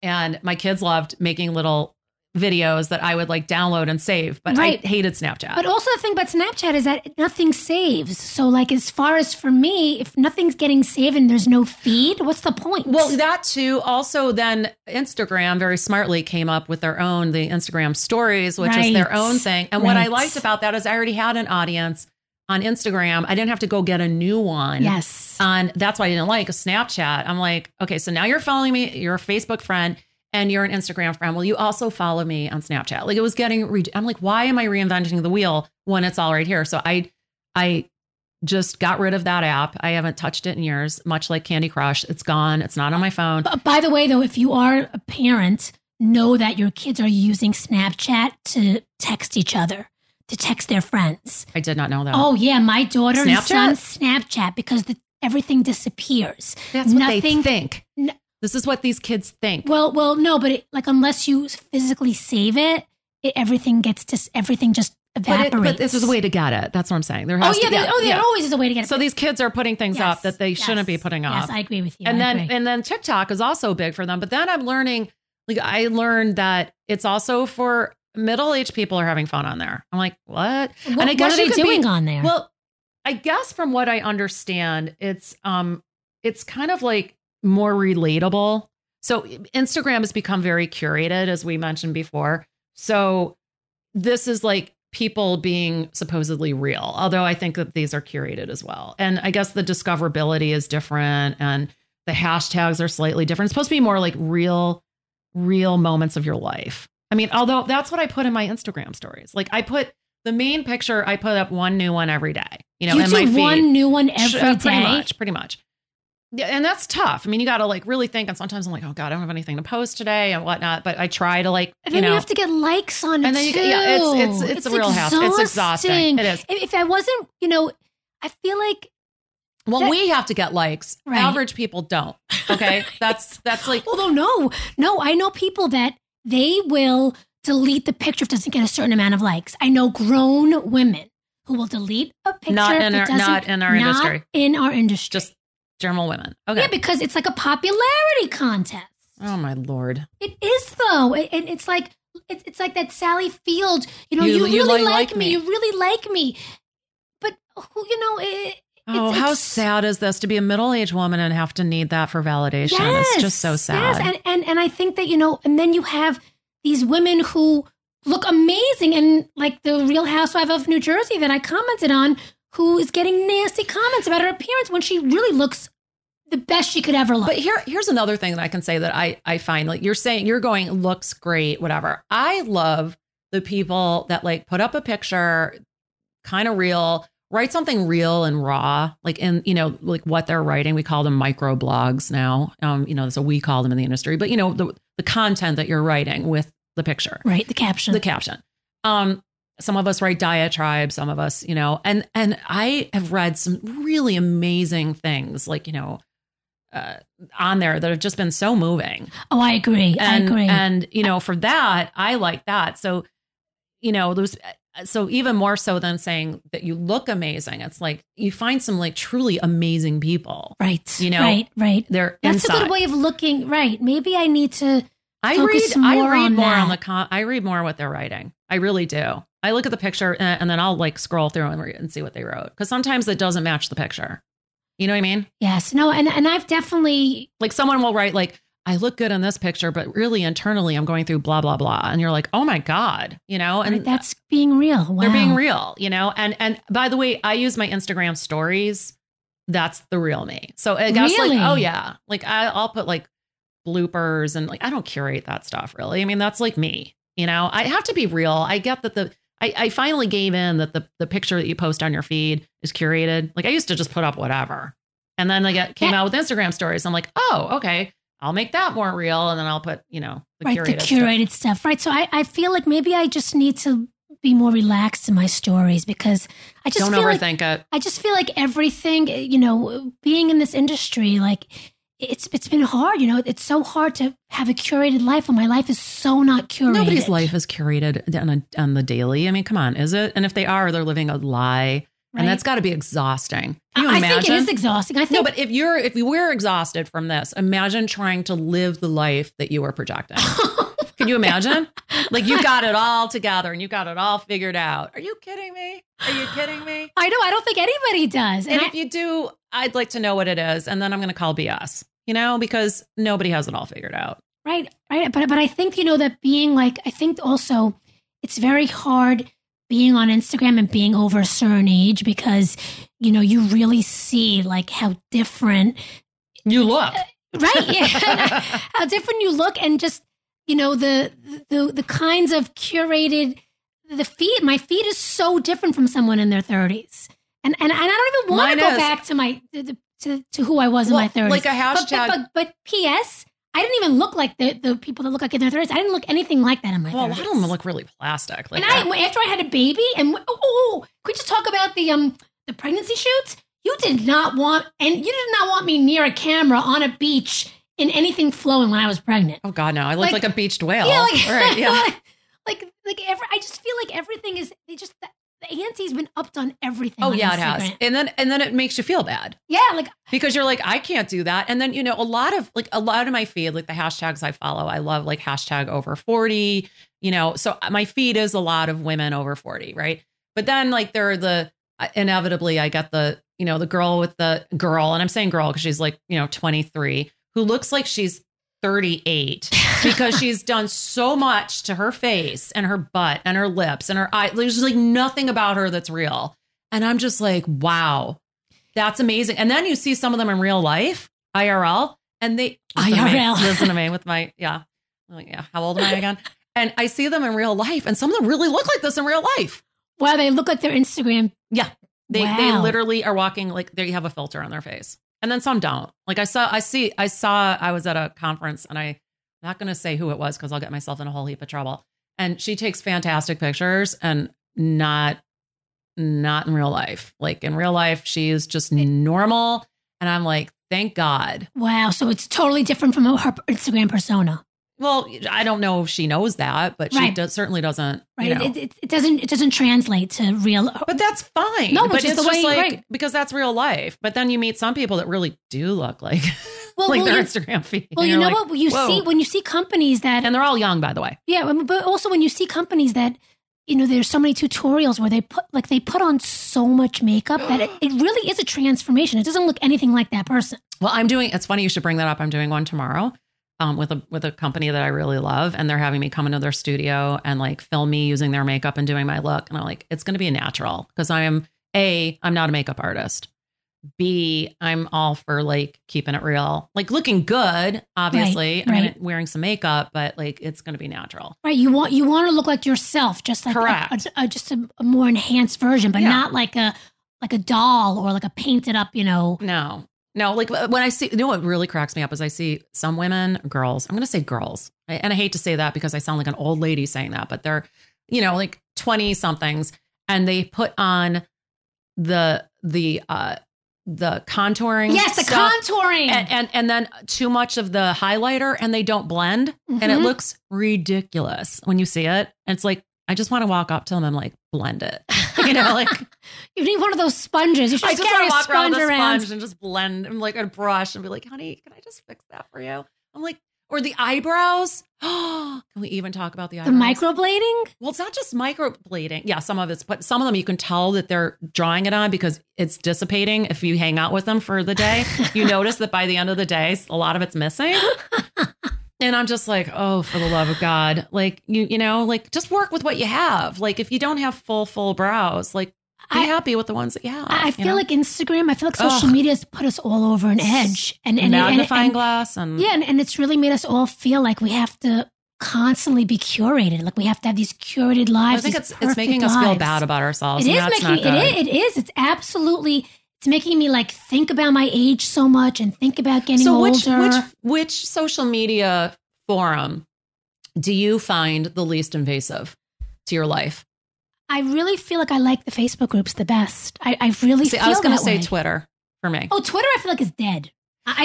Speaker 1: And my kids loved making little videos that I would like download and save, but
Speaker 2: Right.
Speaker 1: I hated Snapchat.
Speaker 2: But also the thing about Snapchat is that nothing saves. So like as far as for me, if nothing's getting saved and there's no feed, what's the point?
Speaker 1: well, that too. Also, then Instagram very smartly came up with their own, the Instagram stories, which is their
Speaker 2: Right.
Speaker 1: own thing. And what I
Speaker 2: Right.
Speaker 1: liked about that is I already had an audience on Instagram. I didn't have to go get a new one.
Speaker 2: yes.
Speaker 1: on that's why I didn't like Snapchat. I'm like, okay, so now you're following me, you're a Facebook friend and you're an Instagram friend. Will you also follow me on Snapchat? Like it was getting re- I'm like, why am I reinventing the wheel when it's all right here? So I I just got rid of that app. I haven't touched it in years, much like Candy Crush. It's gone. It's not on my phone.
Speaker 2: B- by the way, though, if you are a parent, know that your kids are using Snapchat to text each other, to text their friends.
Speaker 1: I did not know that.
Speaker 2: Oh yeah, my daughter
Speaker 1: Uh, Snapchat?
Speaker 2: and son Snapchat because the, everything disappears.
Speaker 1: that's what they
Speaker 2: nothing-
Speaker 1: think.
Speaker 2: No-
Speaker 1: this is what these kids think.
Speaker 2: Well, well, no, but it, like unless you physically save it, it everything gets just everything just
Speaker 1: but,
Speaker 2: evaporates.
Speaker 1: it, but this is a way to get it. That's what I'm saying. There
Speaker 2: Oh
Speaker 1: has
Speaker 2: yeah,
Speaker 1: to,
Speaker 2: there, oh, there
Speaker 1: yeah.
Speaker 2: always is a way to get it.
Speaker 1: So these kids are putting things
Speaker 2: Yes,
Speaker 1: up that they
Speaker 2: yes,
Speaker 1: shouldn't be putting up.
Speaker 2: Yes, I agree with you.
Speaker 1: and
Speaker 2: I
Speaker 1: then
Speaker 2: agree.
Speaker 1: and then TikTok is also big for them. But then I'm learning, like I learned that it's also for middle aged people are having fun on there. I'm like, what?
Speaker 2: what,
Speaker 1: I guess
Speaker 2: what are
Speaker 1: you
Speaker 2: they
Speaker 1: could be-
Speaker 2: doing on there?
Speaker 1: Well, I guess from what I understand, it's um, it's kind of like more relatable. So Instagram has become very curated, as we mentioned before. So this is like people being supposedly real, although I think that these are curated as well. And I guess the discoverability is different and the hashtags are slightly different. It's supposed to be more like real real moments of your life. I mean, although that's what I put in my Instagram stories. Like I put the main picture, I put up one new one every day. You know,
Speaker 2: you
Speaker 1: in
Speaker 2: do
Speaker 1: my feed.
Speaker 2: one new one
Speaker 1: Sh-
Speaker 2: every day.
Speaker 1: uh, pretty much, pretty much. Yeah, And that's tough. I mean, you got to like really think. And sometimes I'm like, oh God, I don't have anything to post today and whatnot. But I try to like,
Speaker 2: And
Speaker 1: you
Speaker 2: then you,
Speaker 1: know,
Speaker 2: have to get likes on
Speaker 1: and
Speaker 2: it
Speaker 1: then you
Speaker 2: too.
Speaker 1: get, yeah, it's, it's, it's, a real house. It's exhausting. It is.
Speaker 2: If if I wasn't, you know, I feel like
Speaker 1: Well,
Speaker 2: That-
Speaker 1: we have to get likes.
Speaker 2: Right.
Speaker 1: Average people don't. Okay. That's, that's like,
Speaker 2: Although no, no, I know people that they will delete the picture if it doesn't get a certain amount of likes. I know grown women who will delete a picture
Speaker 1: Not in
Speaker 2: if it
Speaker 1: our-
Speaker 2: doesn't-
Speaker 1: not in our
Speaker 2: not
Speaker 1: industry.
Speaker 2: In our industry,
Speaker 1: Just- dermal women. Okay.
Speaker 2: yeah, because it's like a popularity contest.
Speaker 1: oh my Lord.
Speaker 2: It is though, It- it- it's like it, it's like that Sally Field. You know,
Speaker 1: You-
Speaker 2: you,
Speaker 1: you
Speaker 2: really
Speaker 1: like-
Speaker 2: like,
Speaker 1: like
Speaker 2: me.
Speaker 1: me.
Speaker 2: You really like me, but who you know? It,
Speaker 1: Oh,
Speaker 2: It's-
Speaker 1: how
Speaker 2: it's-
Speaker 1: sad is this to be a middle aged woman and have to need that for validation? it's just so sad.
Speaker 2: Yes, and, and and I think that you know, and then you have these women who look amazing, and like the Real Housewife of New Jersey that I commented on, who is getting nasty comments about her appearance when she really looks the best she could ever look.
Speaker 1: But here, here's another thing that I can say that I I find like you're saying you're going looks great, whatever. I love the people that like put up a picture, kind of real, write something real and raw, like in you know like what they're writing. We call them micro blogs now. Um, you know that's what we call them in the industry. But you know the the content that you're writing with the picture,
Speaker 2: right, the caption.
Speaker 1: the caption. Um, some of us write diatribes, some of us, you know, and and I have read some really amazing things, like you know, uh, on there that have just been so moving.
Speaker 2: oh, I agree.
Speaker 1: And,
Speaker 2: I agree.
Speaker 1: And you know, for that, I like that. So, you know, those. So even more so than saying that you look amazing, it's like you find some like truly amazing people.
Speaker 2: right.
Speaker 1: you know,
Speaker 2: Right. Right.
Speaker 1: They're
Speaker 2: That's
Speaker 1: inside.
Speaker 2: a good way of looking. Right. Maybe I need to.
Speaker 1: I read
Speaker 2: focus
Speaker 1: I
Speaker 2: more
Speaker 1: read
Speaker 2: on
Speaker 1: more on the
Speaker 2: that.
Speaker 1: con- I read more what they're writing. I really do. I look at the picture eh, and then I'll like scroll through and, read and see what they wrote because sometimes it doesn't match the picture. You know what I mean?
Speaker 2: Yes. No. And and I've definitely.
Speaker 1: Like someone will write like I look good in this picture, but really internally I'm going through blah blah blah, and you're like, oh my god, you know, and
Speaker 2: that's being real. Wow.
Speaker 1: they're being real, you know. And and by the way, I use my Instagram stories. That's the real me. So I guess
Speaker 2: Really?
Speaker 1: like, oh yeah, like I, I'll put like bloopers and like I don't curate that stuff really. I mean, that's like me. You know, I have to be real. I get that the I, I finally gave in that the the picture that you post on your feed is curated. Like I used to just put up whatever, and then I got came
Speaker 2: Yeah.
Speaker 1: out with Instagram stories. I'm like, oh okay, I'll make that more real, and then I'll put you know the
Speaker 2: right,
Speaker 1: curated.
Speaker 2: the curated stuff. Right. So I, I feel like maybe I just need to be more relaxed in my stories because I just
Speaker 1: Stuff. Don't
Speaker 2: feel like
Speaker 1: overthink it.
Speaker 2: I just feel like everything, you know, being in this industry, like it's it's been hard. You know, it's so hard to have a curated life when my life is so not curated.
Speaker 1: Nobody's life is curated on, a, on the daily. I mean, come on, is it? And if they are, they're living a lie,
Speaker 2: right?
Speaker 1: and that's got to be exhausting. Can you
Speaker 2: I I
Speaker 1: imagine?
Speaker 2: think it is exhausting. I
Speaker 1: no,
Speaker 2: think
Speaker 1: but if you're if you were exhausted from this, imagine trying to live the life that you were projecting. Can you imagine? like you got it all together and you got it all figured out. Are you kidding me? Are you kidding me?
Speaker 2: I know I don't think anybody does. And
Speaker 1: And
Speaker 2: I-
Speaker 1: if you do, I'd like to know what it is, and then I'm going to call BS. You know, because nobody has it all figured out.
Speaker 2: Right, right. But but I think you know that being like I think also it's very hard being on Instagram and being over a certain age because you know you really see like how different
Speaker 1: You look.
Speaker 2: right yeah, how different you look and just you know the the the kinds of curated the feed my feed is so different from someone in their 30s and and, and I don't even want
Speaker 1: Mine
Speaker 2: to go
Speaker 1: is.
Speaker 2: back to my to, the- to, to who I was in my 30s
Speaker 1: like a
Speaker 2: but,
Speaker 1: hashtag.
Speaker 2: but, but, but P.S. I didn't even look like the, the people that look like in their thirties. I didn't look anything like that in my.
Speaker 1: Well, a
Speaker 2: 30s.
Speaker 1: lot of them look really plastic. Like
Speaker 2: And
Speaker 1: that.
Speaker 2: I after I had a baby, and oh, oh, could we just talk about the um the pregnancy shoots? You did not want, and you did not want me near a camera on a beach in anything flowing when I was pregnant.
Speaker 1: oh god, no! I look like,
Speaker 2: Like-
Speaker 1: a beached whale.
Speaker 2: Yeah, like
Speaker 1: Right, yeah.
Speaker 2: like like every, I just feel like everything is they just the, the ante's been upped on everything.
Speaker 1: Oh
Speaker 2: on
Speaker 1: yeah, it has.
Speaker 2: Instagram.
Speaker 1: And then and then it makes you feel bad
Speaker 2: Yeah, like
Speaker 1: because you're like, I can't do that. And then you know, a lot of like a lot of my feed, like the hashtags I follow, I love like hashtag over forty. You know, so my feed is a lot of women over forty, right? But then like there are the uh, inevitably I get the you know the girl with the girl, and I'm saying girl because she's like you know twenty three who looks like she's thirty eight. because she's done so much to her face and her butt and her lips and her eye. There's like nothing about her that's real. And I'm just like, wow, that's amazing. And then you see some of them in real life, IRL, and they listen to me,
Speaker 2: IRL.
Speaker 1: listen to me with my yeah. I'm like, yeah, how old am I again? and I see them in real life, and some of them really look like this in real life.
Speaker 2: Wow, they look like their Instagram.
Speaker 1: They they
Speaker 2: Wow.
Speaker 1: literally are walking like they have a filter on their face, and then some don't. Like I saw, I see, I saw. I was at a conference, and I am not going to say who it was because I'll get myself in a whole heap of trouble. And she takes fantastic pictures, and not not in real life. Like in real life, she is just normal, and I'm like, thank God.
Speaker 2: Wow, so it's totally different from her Instagram persona,
Speaker 1: Well, I don't know if she knows that, but she
Speaker 2: Right.
Speaker 1: does, certainly doesn't.
Speaker 2: right?
Speaker 1: You know.
Speaker 2: it, it, it doesn't it doesn't translate to real.
Speaker 1: but that's fine.
Speaker 2: No,
Speaker 1: but
Speaker 2: which is
Speaker 1: it's
Speaker 2: the
Speaker 1: just
Speaker 2: way-
Speaker 1: like
Speaker 2: right.
Speaker 1: because that's real life. But then you meet some people that really do look like
Speaker 2: Well,
Speaker 1: like
Speaker 2: well,
Speaker 1: their
Speaker 2: you,
Speaker 1: Instagram feed.
Speaker 2: well,
Speaker 1: And
Speaker 2: you know
Speaker 1: you're like,
Speaker 2: what you
Speaker 1: "Whoa."
Speaker 2: see when you see companies that um,
Speaker 1: And they're all young, by the way.
Speaker 2: Yeah, I mean, but also when you see companies that you know there's so many tutorials where they put like they put on so much makeup that it, it really is a transformation. It doesn't look anything like that person.
Speaker 1: Well, I'm doing. It's funny you should bring that up. I'm doing one tomorrow. Um, with a with a company that I really love, and they're having me come into their studio and like film me using their makeup and doing my look, and I'm like, it's going to be a natural because I am a I'm not a makeup artist. B I'm all for like keeping it real, like looking good, obviously. I mean,
Speaker 2: right.
Speaker 1: wearing some makeup, but like it's going to be natural.
Speaker 2: Right? You want you want to look like yourself, just like a-
Speaker 1: Correct.
Speaker 2: A, a- just a, a more enhanced version, but
Speaker 1: Yeah.
Speaker 2: not like a like a doll or like a painted up. You know,
Speaker 1: No, no. Like uh, when I see, you know, what really cracks me up is I see some women, girls. I'm going to say girls, I- and I hate to say that because I sound like an old lady saying that, but they're, you know, like twenty somethings, and they put on the the uh the contouring.
Speaker 2: yes, the
Speaker 1: stuff
Speaker 2: contouring.
Speaker 1: And, and and then too much of the highlighter, and they don't blend, and it
Speaker 2: Mhm.
Speaker 1: looks ridiculous when you see it. And it's like I just want to walk up to them and like blend it, you know, like
Speaker 2: you need one of those sponges. You should
Speaker 1: I
Speaker 2: just
Speaker 1: just want
Speaker 2: carry
Speaker 1: to
Speaker 2: a
Speaker 1: walk around
Speaker 2: sponge
Speaker 1: with a
Speaker 2: around.
Speaker 1: sponge and just blend and like a brush and be like, honey, can I just fix that for you? I'm like, or the eyebrows. can we even talk about the
Speaker 2: The
Speaker 1: eyebrows?
Speaker 2: microblading.
Speaker 1: well, it's not just microblading. Yeah, some of it's, but some of them you can tell that they're drawing it on because it's dissipating. If you hang out with them for the day, you notice that by the end of the day, a lot of it's missing. And I'm just like, oh, for the love of God. Like you, you know, like just work with what you have. Like if you don't have full, full brows, like be
Speaker 2: I-
Speaker 1: happy with the ones that you have.
Speaker 2: I I
Speaker 1: you
Speaker 2: feel
Speaker 1: know?
Speaker 2: like Instagram. I feel like social
Speaker 1: Ugh.
Speaker 2: media has put us all over an edge, and and, and,
Speaker 1: magnifying
Speaker 2: and
Speaker 1: glass and
Speaker 2: Yeah, and, and it's really made us all feel like we have to constantly be curated. Like we have to have these curated
Speaker 1: I
Speaker 2: lives.
Speaker 1: think
Speaker 2: these
Speaker 1: it's it's making
Speaker 2: perfect
Speaker 1: us feel
Speaker 2: lives.
Speaker 1: bad about ourselves.
Speaker 2: It
Speaker 1: and
Speaker 2: is
Speaker 1: that's
Speaker 2: making
Speaker 1: not
Speaker 2: it
Speaker 1: good.
Speaker 2: is, it is. It's absolutely it's making me like think about my age so much and think about getting
Speaker 1: so which
Speaker 2: older.
Speaker 1: which which social media forum do you find the least invasive to your life?
Speaker 2: I really feel like I like the Facebook groups the best. I, I really
Speaker 1: See,
Speaker 2: feel
Speaker 1: I was going
Speaker 2: that
Speaker 1: to say
Speaker 2: way.
Speaker 1: Twitter for me.
Speaker 2: Oh, Twitter I feel like is dead. I,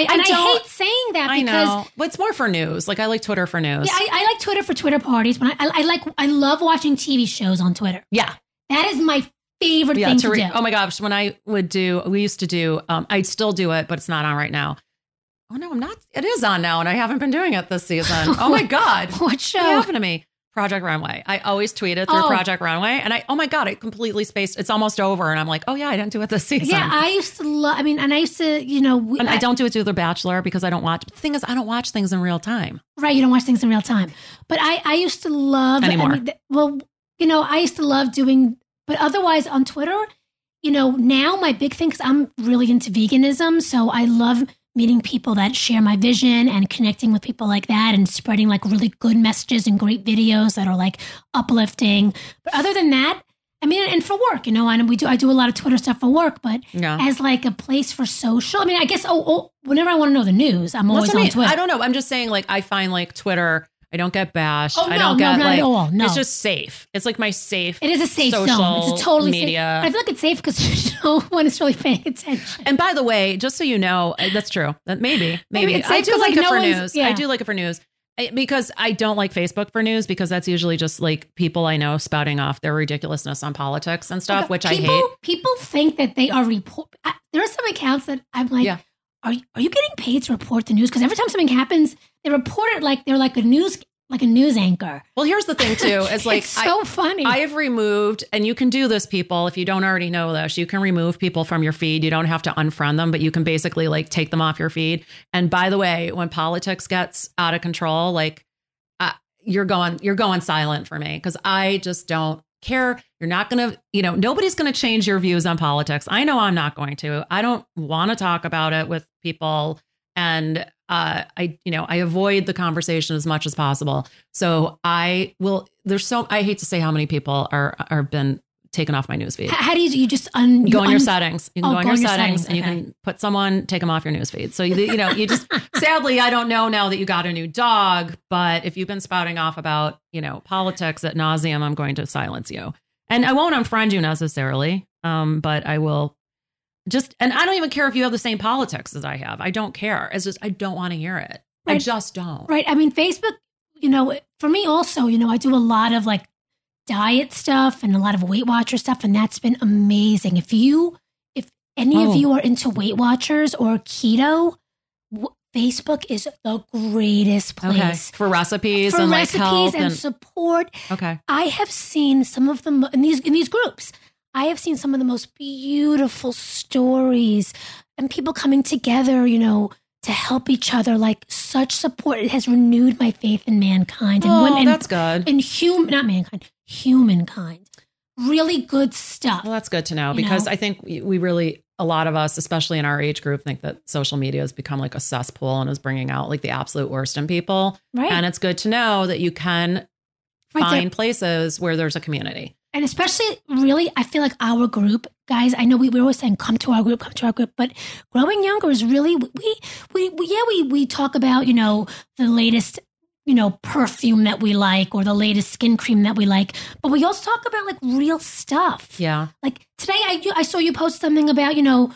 Speaker 1: I
Speaker 2: and I,
Speaker 1: don't-
Speaker 2: hate saying that
Speaker 1: I
Speaker 2: because
Speaker 1: know, but it's more for news. Like I like Twitter for news.
Speaker 2: Yeah, I, I like Twitter for Twitter parties, but I, I, I like I love watching TV shows on Twitter.
Speaker 1: yeah,
Speaker 2: That is my favorite
Speaker 1: yeah.
Speaker 2: thing
Speaker 1: to
Speaker 2: to
Speaker 1: re-
Speaker 2: do.
Speaker 1: oh my gosh, when I would do, we used to do. Um, I still do it, but it's not on right now. Oh no, I'm not. It is on now, and I haven't been doing it this season. Oh my god,
Speaker 2: what show?
Speaker 1: What happened to me? Project Runway. I always tweet it through
Speaker 2: Oh.
Speaker 1: Project Runway, and I oh my god, it completely spaced. It's almost over, and I'm like, oh yeah, I didn't do it this season.
Speaker 2: Yeah, I used to love. I mean, and I used to, you know, we,
Speaker 1: and I don't do it through The Bachelor because I don't watch. The thing is, I don't watch things in real time.
Speaker 2: right. You don't watch things in real time, but I, I used to love.
Speaker 1: Anymore.
Speaker 2: I mean, th- well, you know, I used to love doing, but otherwise on Twitter, you know, now my big thing because I'm really into veganism, so I love meeting people that share my vision and connecting with people like that and spreading like really good messages and great videos that are like uplifting. But other than that, I mean, and for work, you know, and we do, I do a lot of Twitter stuff for work, but
Speaker 1: Yeah.
Speaker 2: as like a place for social. I mean, I guess oh, oh whenever I want to know the news, I'm
Speaker 1: Well,
Speaker 2: always
Speaker 1: that's
Speaker 2: on
Speaker 1: what I, mean.
Speaker 2: Twitter.
Speaker 1: I don't know. I'm just saying, like, I find like Twitter. I don't get bashed.
Speaker 2: oh no,
Speaker 1: I don't
Speaker 2: no,
Speaker 1: get
Speaker 2: not
Speaker 1: like.
Speaker 2: at all. No,
Speaker 1: It's just safe. It's like my safe.
Speaker 2: it is a safe zone.
Speaker 1: social
Speaker 2: It's a totally
Speaker 1: media.
Speaker 2: Safe. I feel like it's safe because no one is really paying attention.
Speaker 1: And by the way, just so you know, uh, that's true. That maybe, maybe
Speaker 2: it's
Speaker 1: I
Speaker 2: safe
Speaker 1: do
Speaker 2: 'cause,
Speaker 1: like,
Speaker 2: like,
Speaker 1: it
Speaker 2: no
Speaker 1: for
Speaker 2: one's-
Speaker 1: news. I
Speaker 2: yeah.
Speaker 1: do like it for news I- because I don't like Facebook for news because that's usually just like people I know spouting off their ridiculousness on politics and stuff,
Speaker 2: Like,
Speaker 1: which I
Speaker 2: people,
Speaker 1: hate.
Speaker 2: People think that they are report. I, there are some accounts that I'm like,
Speaker 1: Yeah.
Speaker 2: are you- are you getting paid to report the news? Because every time something happens, they report it like they're like a news like a news anchor.
Speaker 1: Well, here's the thing too: is like
Speaker 2: it's
Speaker 1: I,
Speaker 2: so funny.
Speaker 1: I have removed, and you can do this, people. If you don't already know this, you can remove people from your feed. You don't have to unfriend them, but you can basically like take them off your feed. And by the way, when politics gets out of control, like uh, you're going, you're going silent for me because I just don't care. You're not going to, you know, nobody's going to change your views on politics. I know I'm not going to. I don't want to talk about it with people. and uh, I, you know, I avoid the conversation as much as possible. So I will. There's so I hate to say how many people are are been taken off my newsfeed.
Speaker 2: How do you you just un,
Speaker 1: You go on your
Speaker 2: un-
Speaker 1: settings. You can
Speaker 2: Oh,
Speaker 1: go on your, settings, and you
Speaker 2: okay.
Speaker 1: can put someone, take them off your newsfeed. So you, you know, you just sadly, I don't know now that you got a new dog, but if you've been spouting off about you know politics at nauseum, I'm going to silence you, and I won't unfriend you necessarily, um, but I will just, and I don't even care if you have the same politics as I have. I don't care. It's just I don't want to hear it. I
Speaker 2: Right.
Speaker 1: just don't.
Speaker 2: Right. I mean, Facebook, you know, for me also, you know, I do a lot of like diet stuff and a lot of Weight Watcher stuff, and that's been amazing. If you, if any
Speaker 1: Oh.
Speaker 2: of you are into Weight Watchers or keto, w- Facebook is the greatest
Speaker 1: Okay.
Speaker 2: place
Speaker 1: For recipes
Speaker 2: for
Speaker 1: and like
Speaker 2: recipes
Speaker 1: health
Speaker 2: and,
Speaker 1: and,
Speaker 2: support.
Speaker 1: okay.
Speaker 2: I have seen some of the mo- in these in these groups. I have seen some of the most beautiful stories and people coming together, you know, to help each other. Like such support, it has renewed my faith in mankind and
Speaker 1: oh,
Speaker 2: women
Speaker 1: that's good.
Speaker 2: in human, not mankind, humankind. Really good stuff.
Speaker 1: Well, that's good to know
Speaker 2: You
Speaker 1: because
Speaker 2: know?
Speaker 1: I think we we really, a lot of us, especially in our age group, think that social media has become like a cesspool and is bringing out like the absolute worst in people.
Speaker 2: right,
Speaker 1: And it's good to know that you can
Speaker 2: right there.
Speaker 1: find places where there's a community.
Speaker 2: And especially, really, I feel like our group, guys. I know we, we're always saying, "Come to our group, come to our group." But growing younger is really we we, we yeah we we talk about you know the latest you know perfume that we like or the latest skin cream that we like, but we also talk about like real stuff.
Speaker 1: Yeah.
Speaker 2: Like today, I you- I saw you post something about you know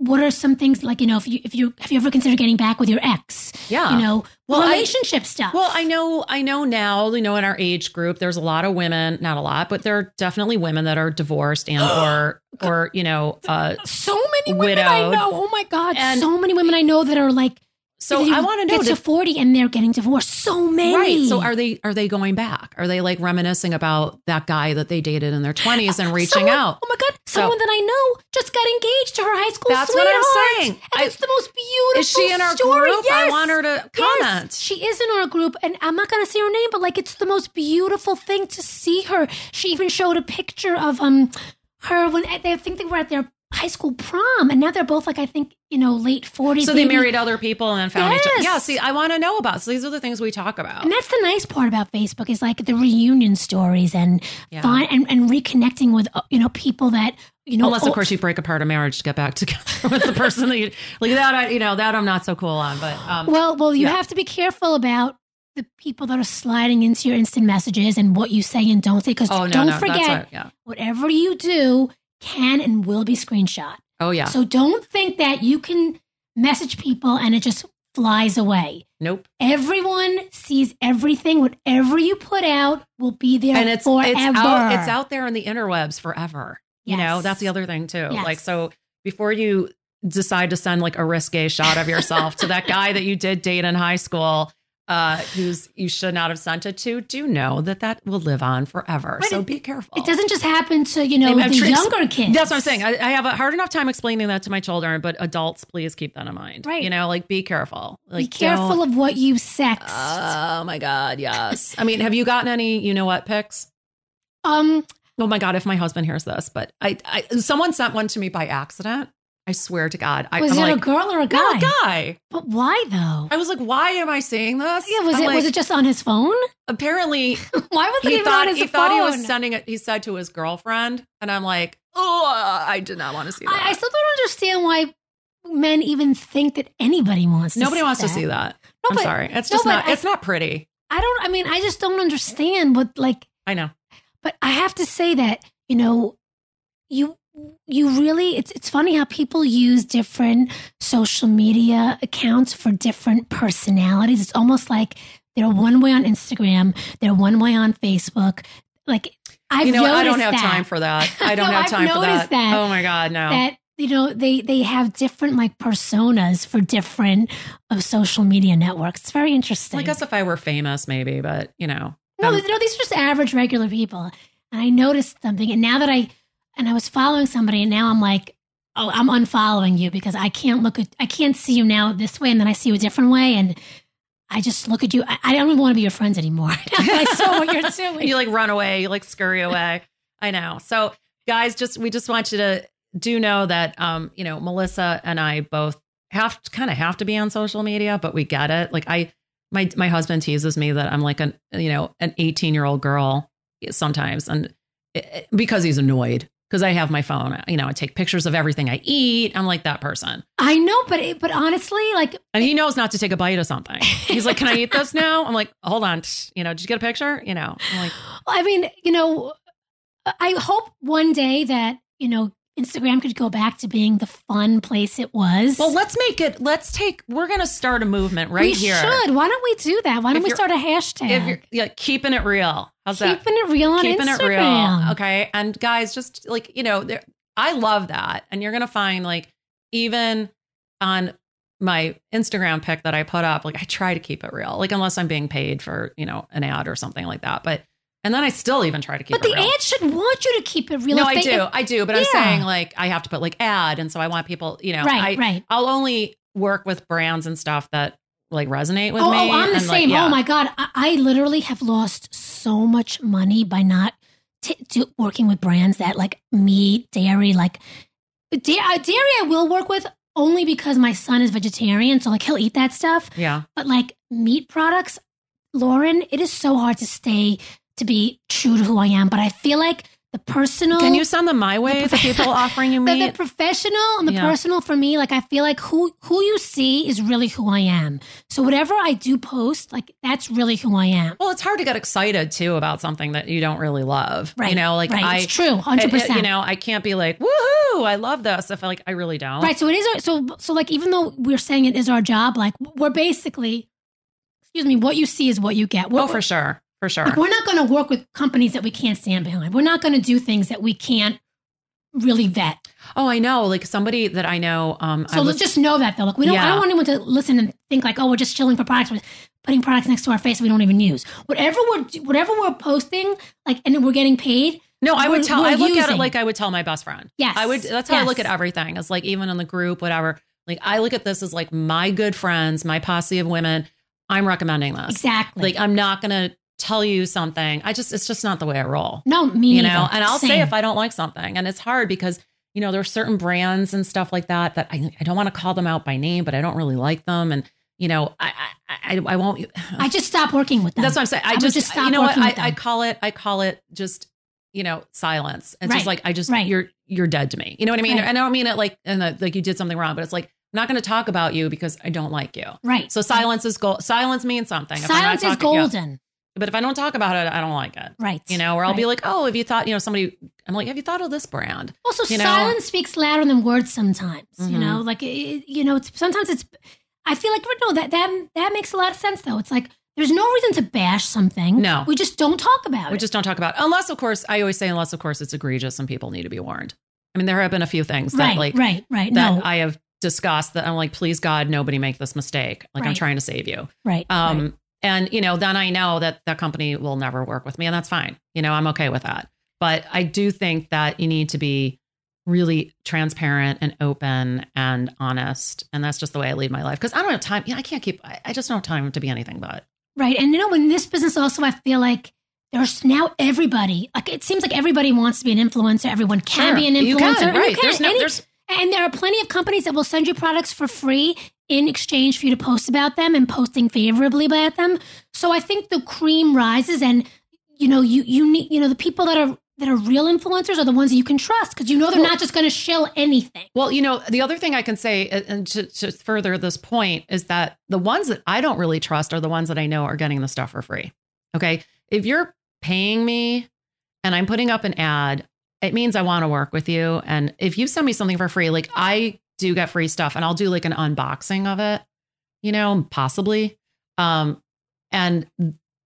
Speaker 2: what are some things like you know if you if you have you ever considered getting back with your ex?
Speaker 1: Yeah.
Speaker 2: You know,
Speaker 1: Well, I-
Speaker 2: relationship stuff.
Speaker 1: Well, I know, I know now, you know, in our age group, there's a lot of women, not a lot, but there are definitely women that are divorced and or, or, you know, uh,
Speaker 2: so many women I
Speaker 1: Widowed.
Speaker 2: know. Oh my god,
Speaker 1: And-
Speaker 2: so many women I know that are like.
Speaker 1: so
Speaker 2: You
Speaker 1: I want to know,
Speaker 2: Get
Speaker 1: did-
Speaker 2: to forty and they're getting divorced. So many.
Speaker 1: Right. So are they are they going back? Are they like reminiscing about that guy that they dated in their 20s and reaching
Speaker 2: Someone-
Speaker 1: out?
Speaker 2: Oh my god!
Speaker 1: So-
Speaker 2: Someone that I know just got engaged to her high school
Speaker 1: That's what
Speaker 2: sweetheart.
Speaker 1: I'm saying.
Speaker 2: And
Speaker 1: I-
Speaker 2: it's the most beautiful.
Speaker 1: Is she in our
Speaker 2: story.
Speaker 1: group?
Speaker 2: Yes.
Speaker 1: I want her to
Speaker 2: Yes.
Speaker 1: comment.
Speaker 2: She is in our group, and I'm not gonna say her name, but like it's the most beautiful thing to see her. She even showed a picture of um her when I think they were at their high school prom, and now they're both like I think you know late 40s.
Speaker 1: so they
Speaker 2: maybe.
Speaker 1: married other people and then found each other.
Speaker 2: Yes.
Speaker 1: Yeah, see, I want to know about. So these are the things we talk about.
Speaker 2: And that's the nice part about Facebook is like the reunion stories and
Speaker 1: Yeah.
Speaker 2: fun and, and reconnecting with uh, you know people that you know.
Speaker 1: Unless, of
Speaker 2: oh,
Speaker 1: course, you break apart a marriage to get back together with the person that you like. That I, you know, that I'm not so cool on. But um,
Speaker 2: Well, well, you
Speaker 1: Yeah.
Speaker 2: have to be careful about the people that are sliding into your instant messages and what you say and don't say because
Speaker 1: oh no,
Speaker 2: don't
Speaker 1: no,
Speaker 2: forget
Speaker 1: that's what, yeah.
Speaker 2: whatever you do can and will be screenshot.
Speaker 1: Oh yeah,
Speaker 2: So don't think that you can message people and it just flies away.
Speaker 1: nope.
Speaker 2: Everyone sees everything. Whatever you put out will be there
Speaker 1: and it's
Speaker 2: forever.
Speaker 1: it's out it's out there in the interwebs forever. You know,
Speaker 2: Yes.
Speaker 1: that's the other thing too.
Speaker 2: Yes.
Speaker 1: Like so before you decide to send like a risque shot of yourself to that guy that you did date in high school, uh, who's you should not have sent it to, do know that that will live on forever.
Speaker 2: But
Speaker 1: so
Speaker 2: it-
Speaker 1: be careful.
Speaker 2: It doesn't just happen to you know
Speaker 1: They- I'm
Speaker 2: the
Speaker 1: sure-
Speaker 2: younger kids.
Speaker 1: That's what I'm saying. I, I have a hard enough time explaining that to my children, but adults, please keep that in mind.
Speaker 2: Right.
Speaker 1: You know, like be careful. Like
Speaker 2: Be careful
Speaker 1: don't-
Speaker 2: of what you sext.
Speaker 1: Oh my God. Yes. I mean, have you gotten any, you know what, pics?
Speaker 2: um,
Speaker 1: Oh my god, if my husband hears this, but I, I someone sent one to me by accident. I swear to God, I,
Speaker 2: was
Speaker 1: I'm
Speaker 2: it
Speaker 1: like,
Speaker 2: a girl or
Speaker 1: "No,
Speaker 2: a guy?
Speaker 1: a guy.
Speaker 2: But why though?
Speaker 1: I was like, why am I seeing this?
Speaker 2: Yeah, was
Speaker 1: I'm
Speaker 2: it
Speaker 1: like,
Speaker 2: was it just on his phone?
Speaker 1: apparently
Speaker 2: why was it
Speaker 1: he
Speaker 2: even
Speaker 1: thought
Speaker 2: on his
Speaker 1: he
Speaker 2: phone?
Speaker 1: thought he was sending it. He said to his girlfriend, and I'm like, oh, I did not want to see that.
Speaker 2: I, I still don't understand why men even think that anybody wants. to
Speaker 1: Nobody
Speaker 2: see
Speaker 1: wants
Speaker 2: that.
Speaker 1: to see that.
Speaker 2: No,
Speaker 1: I'm
Speaker 2: but
Speaker 1: sorry, it's
Speaker 2: no,
Speaker 1: just
Speaker 2: but
Speaker 1: not.
Speaker 2: I-
Speaker 1: it's not pretty.
Speaker 2: I don't. I mean, I just don't understand what like.
Speaker 1: I know.
Speaker 2: But I have to say that you know, you you really it's it's funny how people use different social media accounts for different personalities. It's almost like they're one way on Instagram, they're one way on Facebook. Like I've
Speaker 1: you know, I don't
Speaker 2: noticed
Speaker 1: have
Speaker 2: that,
Speaker 1: time for that. I don't
Speaker 2: No,
Speaker 1: have
Speaker 2: I've
Speaker 1: time for that.
Speaker 2: noticed that.
Speaker 1: Oh my god, no.
Speaker 2: that. You know, they they have different like personas for different of social media networks. It's very interesting.
Speaker 1: I guess if I were famous, maybe, but you know,
Speaker 2: No,
Speaker 1: Um,
Speaker 2: th- no, these are just average, regular people. And I noticed something, and now that I and I was following somebody, and now I'm like, oh, I'm unfollowing you because I can't look at, I can't see you now this way, and then I see you a different way, and I just look at you. I, I don't even want to be your friends anymore. I saw what you're doing.
Speaker 1: you like run away, you like scurry away. I know. So guys, just we just want you to do know that um, you know, Melissa and I both have to kind of have to be on social media, but we get it. Like I, my, my husband teases me that I'm like an, you know, an 18 year old girl sometimes. And it, because he's annoyed because I have my phone, you know, I take pictures of everything I eat. I'm like that person.
Speaker 2: I know, but it, but honestly, like
Speaker 1: And he knows not to take a bite of something. He's like, can I eat this now? I'm like, hold on. You know, did you get a picture? You know, I'm like,
Speaker 2: I mean, you know, I hope one day that you know Instagram could go back to being the fun place it was.
Speaker 1: well, let's make it, let's take, we're going to start a movement right
Speaker 2: we
Speaker 1: here.
Speaker 2: should. Why don't we do that? Why
Speaker 1: If
Speaker 2: don't we
Speaker 1: you're-
Speaker 2: start a
Speaker 1: If
Speaker 2: hashtag?
Speaker 1: you're yeah, keeping it real. How's that?
Speaker 2: Keeping it real on
Speaker 1: keeping
Speaker 2: Instagram.
Speaker 1: it real. Okay. And guys, just like, you know, there, I love that. And you're going to find like, even on my Instagram pic that I put up, like I try to keep it real, like unless I'm being paid for, you know, an ad or something like that. But, and then I still even try to keep
Speaker 2: But
Speaker 1: it
Speaker 2: the
Speaker 1: real.
Speaker 2: ad should want you to keep it real.
Speaker 1: no,
Speaker 2: If
Speaker 1: I
Speaker 2: they-
Speaker 1: do. I do. But I'm
Speaker 2: Yeah.
Speaker 1: saying like, I have to put like ad. And so I want people, you know, I,
Speaker 2: right, right.
Speaker 1: I'll only work with brands and stuff that like resonate with
Speaker 2: Oh,
Speaker 1: me.
Speaker 2: oh, I'm the
Speaker 1: and, like,
Speaker 2: same.
Speaker 1: yeah.
Speaker 2: Oh my god, I, I literally have lost so much money by not t- do, working with brands that like meat, dairy, like da- uh, dairy. I will work with only because my son is vegetarian, so like he'll eat that stuff.
Speaker 1: Yeah.
Speaker 2: But like meat products, Lauren, it is so hard to stay to be true to who I am. But I feel like the personal.
Speaker 1: Can you send them my way? The, people offering you
Speaker 2: the, the
Speaker 1: meat.
Speaker 2: professional and the
Speaker 1: Yeah.
Speaker 2: personal for me like i feel like who who you see is really who i am so whatever i do post like that's really who i am
Speaker 1: Well, it's hard to get excited too about something that you don't really love.
Speaker 2: right
Speaker 1: You know, like
Speaker 2: right.
Speaker 1: I,
Speaker 2: it's true
Speaker 1: it-
Speaker 2: 100%
Speaker 1: it- you know, I can't be like, woohoo, I love this if I like I really don't.
Speaker 2: right so it is our- so so like even though we're saying it is our job like we're basically excuse me what you see is what you get we're,
Speaker 1: Oh, for sure. For sure.
Speaker 2: like, we're not going to work with companies that we can't stand behind we're not going to do things that we can't really vet
Speaker 1: Oh, I know. Like somebody that I know, um
Speaker 2: So
Speaker 1: I was
Speaker 2: let's just know that though. Like we don't. I
Speaker 1: Yeah.
Speaker 2: don't want anyone to listen and think like, oh, we're just chilling for products. We're putting products next to our face we don't even use. Whatever we're whatever we're posting, like, and we're getting paid.
Speaker 1: No, I
Speaker 2: we're-
Speaker 1: would tell
Speaker 2: we're
Speaker 1: I look at it
Speaker 2: using.
Speaker 1: like I would tell my best friend.
Speaker 2: Yes,
Speaker 1: I would that's how I
Speaker 2: Yes.
Speaker 1: look at everything. It's like even in the group, whatever. Like I look at this as like my good friends, my posse of women. I'm recommending this.
Speaker 2: Exactly.
Speaker 1: Like I'm not gonna tell you something. I just it's just not the way I roll.
Speaker 2: no, me
Speaker 1: you
Speaker 2: neither.
Speaker 1: know and i'll say
Speaker 2: Same.
Speaker 1: if i don't like something and it's hard because you know there are certain brands and stuff like that that i, I don't want to call them out by name but i don't really like them and you know i i i, I won't
Speaker 2: I just stop working with them.
Speaker 1: that's what i'm saying i,
Speaker 2: I would
Speaker 1: just,
Speaker 2: just stop
Speaker 1: you know what
Speaker 2: working
Speaker 1: I,
Speaker 2: with them.
Speaker 1: I call it i call it just you know silence it's
Speaker 2: Right.
Speaker 1: just like i just
Speaker 2: Right.
Speaker 1: you're you're dead to me you know what i mean
Speaker 2: Right.
Speaker 1: and i don't mean it like and that like you did something wrong but it's like i'm not going to talk about you because i don't like you
Speaker 2: right.
Speaker 1: so silence is gold silence means something If I'm not
Speaker 2: Silence is
Speaker 1: talking- yeah.
Speaker 2: golden.
Speaker 1: but if i don't talk about it i don't like it
Speaker 2: Right.
Speaker 1: you know, or I'll be
Speaker 2: Right.
Speaker 1: like, oh, have you thought, you know, somebody, I'm like, have you thought of this brand?
Speaker 2: Also,
Speaker 1: you know-
Speaker 2: silence speaks louder than words sometimes. You
Speaker 1: Mhm.
Speaker 2: know, like it- it, you know, it's, sometimes it's. I feel like no, that that that makes a lot of sense though. It's like there's no reason to bash something.
Speaker 1: No.
Speaker 2: we just don't talk about
Speaker 1: We
Speaker 2: it.
Speaker 1: just don't talk about, unless, of course, I always say, unless, of course, it's egregious and people need to be warned. I mean, there have been a few things that,
Speaker 2: right,
Speaker 1: like,
Speaker 2: right, right.
Speaker 1: that uh,
Speaker 2: No,
Speaker 1: I have discussed that I'm like, please, God, nobody make this mistake. Like, I'm
Speaker 2: Right.
Speaker 1: trying to save you.
Speaker 2: right.
Speaker 1: Um,
Speaker 2: right.
Speaker 1: And, you know, then I know that that company will never work with me, and that's fine. You know, I'm okay with that. But I do think that you need to be really transparent and open and honest. And that's just the way I lead my life because I don't have time. You know, I can't keep, I, I just don't have time to be anything but.
Speaker 2: Right. And you know, in this business also I feel like there's now everybody like it seems like everybody wants to be an influencer. Everyone
Speaker 1: Sure.
Speaker 2: can be an influencer.
Speaker 1: You
Speaker 2: and
Speaker 1: can,
Speaker 2: you
Speaker 1: right.
Speaker 2: can.
Speaker 1: there's no,
Speaker 2: Any-
Speaker 1: there's,
Speaker 2: and there are plenty of companies that will send you products for free in exchange for you to post about them and posting favorably about them. So I think the cream rises and you know, you you need you know, the people that are that are real influencers are the ones that you can trust because you know they're
Speaker 1: Well-
Speaker 2: not just gonna shill anything.
Speaker 1: well, you know, the other thing I can say, uh, and to, to further this point, is that the ones that I don't really trust are the ones that I know are getting the stuff for free. Okay. If you're paying me and I'm putting up an ad, it means I want to work with you. And if you send me something for free, like I do get free stuff and I'll do like an unboxing of it, you know, possibly. Um, and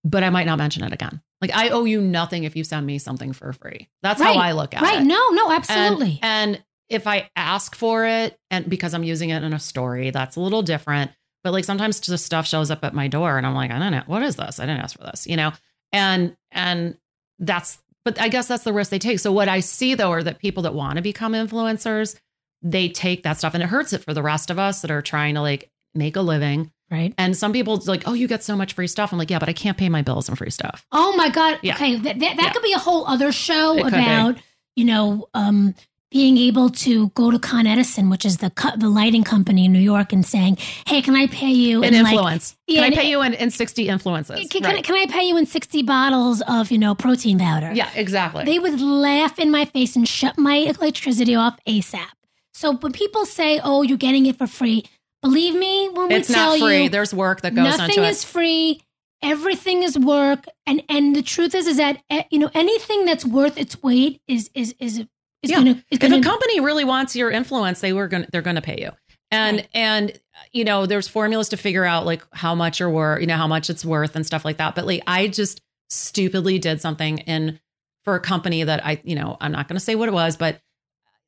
Speaker 1: but I might not mention it again. Like I owe you nothing if you send me something for free. That's how
Speaker 2: Right.
Speaker 1: I look at it.
Speaker 2: Right. No, no,
Speaker 1: And-
Speaker 2: absolutely.
Speaker 1: And, if I ask for it, and because I'm using it in a story, that's a little different. But like sometimes just stuff shows up at my door, and I'm like, I don't know what is this. I didn't ask for this, you know. And and that's, but I guess that's the risk they take. So what I see though are that people that want to become influencers, they take that stuff, and it hurts it for the rest of us that are trying to like make a living.
Speaker 2: right.
Speaker 1: And some people it's like, oh, you get so much free stuff. I'm like, yeah, but I can't pay my bills and free stuff.
Speaker 2: Oh my god.
Speaker 1: Yeah.
Speaker 2: Okay, that that, that
Speaker 1: Yeah.
Speaker 2: could be a whole other show
Speaker 1: It could be.
Speaker 2: about you know um being able to go to Con Edison, which is the co- the lighting company in New York, and saying, "Hey, can I pay you
Speaker 1: an
Speaker 2: in, like,
Speaker 1: influence.
Speaker 2: yeah,
Speaker 1: can
Speaker 2: and
Speaker 1: I pay
Speaker 2: it-
Speaker 1: you in, in 60 influences?
Speaker 2: can,
Speaker 1: Right.
Speaker 2: can, can I pay you in sixty bottles of you know protein powder?"
Speaker 1: yeah, exactly.
Speaker 2: They would laugh in my face and shut my electricity off ASAP. So when people say, "Oh, you're getting it for free," believe me when we
Speaker 1: it's not
Speaker 2: tell
Speaker 1: free.
Speaker 2: you,
Speaker 1: There's work that goes
Speaker 2: nothing
Speaker 1: onto
Speaker 2: is free. Everything is work, and and the truth is, is that eh, you know anything that's worth its weight is is is is
Speaker 1: Yeah.
Speaker 2: gonna is
Speaker 1: it. If
Speaker 2: gonna
Speaker 1: a company really wants your influence, they were going to they're going to pay you. And
Speaker 2: Right.
Speaker 1: and you know, there's formulas to figure out like how much you're worth, you know, how much it's worth and stuff like that. But like I just stupidly did something in for a company that I, you know, I'm not going to say what it was, but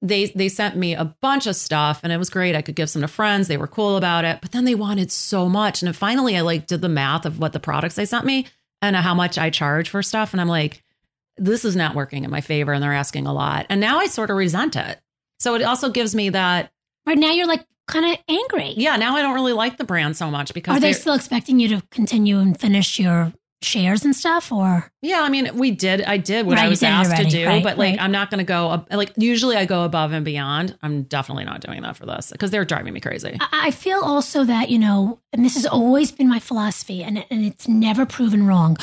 Speaker 1: they they sent me a bunch of stuff and it was great. I could give some to friends. They were cool about it, but then they wanted so much. And then finally I like did the math of what the products they sent me and how much I charge for stuff and I'm like this is not working in my favor and they're asking a lot. And now I sort of resent it. So it also gives me that
Speaker 2: right now you're like kind of angry.
Speaker 1: yeah, now I don't really like the brand so much because
Speaker 2: Are they
Speaker 1: they're-
Speaker 2: still expecting you to continue and finish your shares and stuff, or
Speaker 1: Yeah, I mean, we did. I did what
Speaker 2: Right,
Speaker 1: I
Speaker 2: you
Speaker 1: was
Speaker 2: did it
Speaker 1: asked to
Speaker 2: already.
Speaker 1: do,
Speaker 2: Right,
Speaker 1: but like,
Speaker 2: right.
Speaker 1: I'm not going to go. ab- Like, usually I go above and beyond. I'm definitely not doing that for this because they're driving me crazy.
Speaker 2: I I feel also that you know, and this has always been my philosophy, and and it's never proven wrong.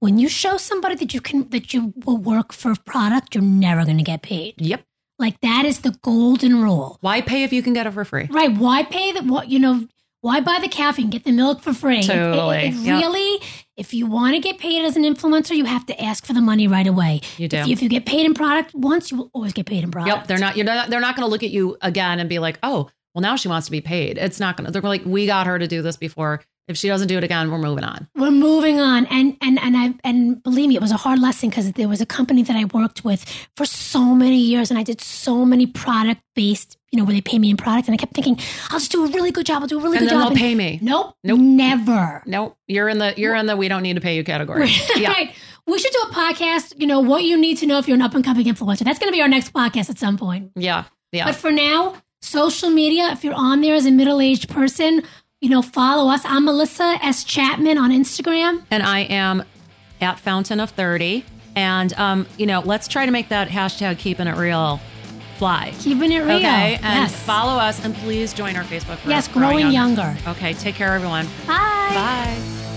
Speaker 2: When you show somebody that you can that you will work for a product, you're never going to get paid.
Speaker 1: Yep.
Speaker 2: Like that is the golden rule,
Speaker 1: Why pay if you can get it for free?
Speaker 2: right? Why pay the what you know? Why buy the caffeine? get the milk for free? It- it-
Speaker 1: Totally,
Speaker 2: it
Speaker 1: yeah.
Speaker 2: Really, if you want to get paid as an influencer, you have to ask for the money right away.
Speaker 1: You do.
Speaker 2: If you, if you get paid in product once, you will always get paid in product.
Speaker 1: Yep. They're not. You're not. They're not going to look at you again and be like, oh, well, now she wants to be paid. It's not going to. They're like, we got her to do this before. If she doesn't do it again, we're moving on.
Speaker 2: we're moving on and and and i and believe me it was a hard lesson because there was a company that i worked with for so many years and i did so many product based you know where they pay me in product and i kept thinking i'll just do a really good job i'll do a really
Speaker 1: And
Speaker 2: good
Speaker 1: then
Speaker 2: job
Speaker 1: they'll pay me.
Speaker 2: nope
Speaker 1: Nope.
Speaker 2: never
Speaker 1: Nope. You're in the. You're in the. We don't need to pay you category. Yeah.
Speaker 2: right we should do a podcast you know what you need to know if you're an up and coming influencer that's going to be our next podcast at some point
Speaker 1: Yeah. Yeah.
Speaker 2: but for now social media if you're on there as a middle-aged person you know follow us i'm melissa s chapman on instagram
Speaker 1: and I am at Fountain of 30. And, um, you know, let's try to make that hashtag keeping it real fly.
Speaker 2: keeping it real
Speaker 1: Okay. And
Speaker 2: yes.
Speaker 1: follow us and please join our Facebook group.
Speaker 2: Yes, growing younger.
Speaker 1: Okay. Take care, everyone.
Speaker 2: Bye.
Speaker 1: Bye.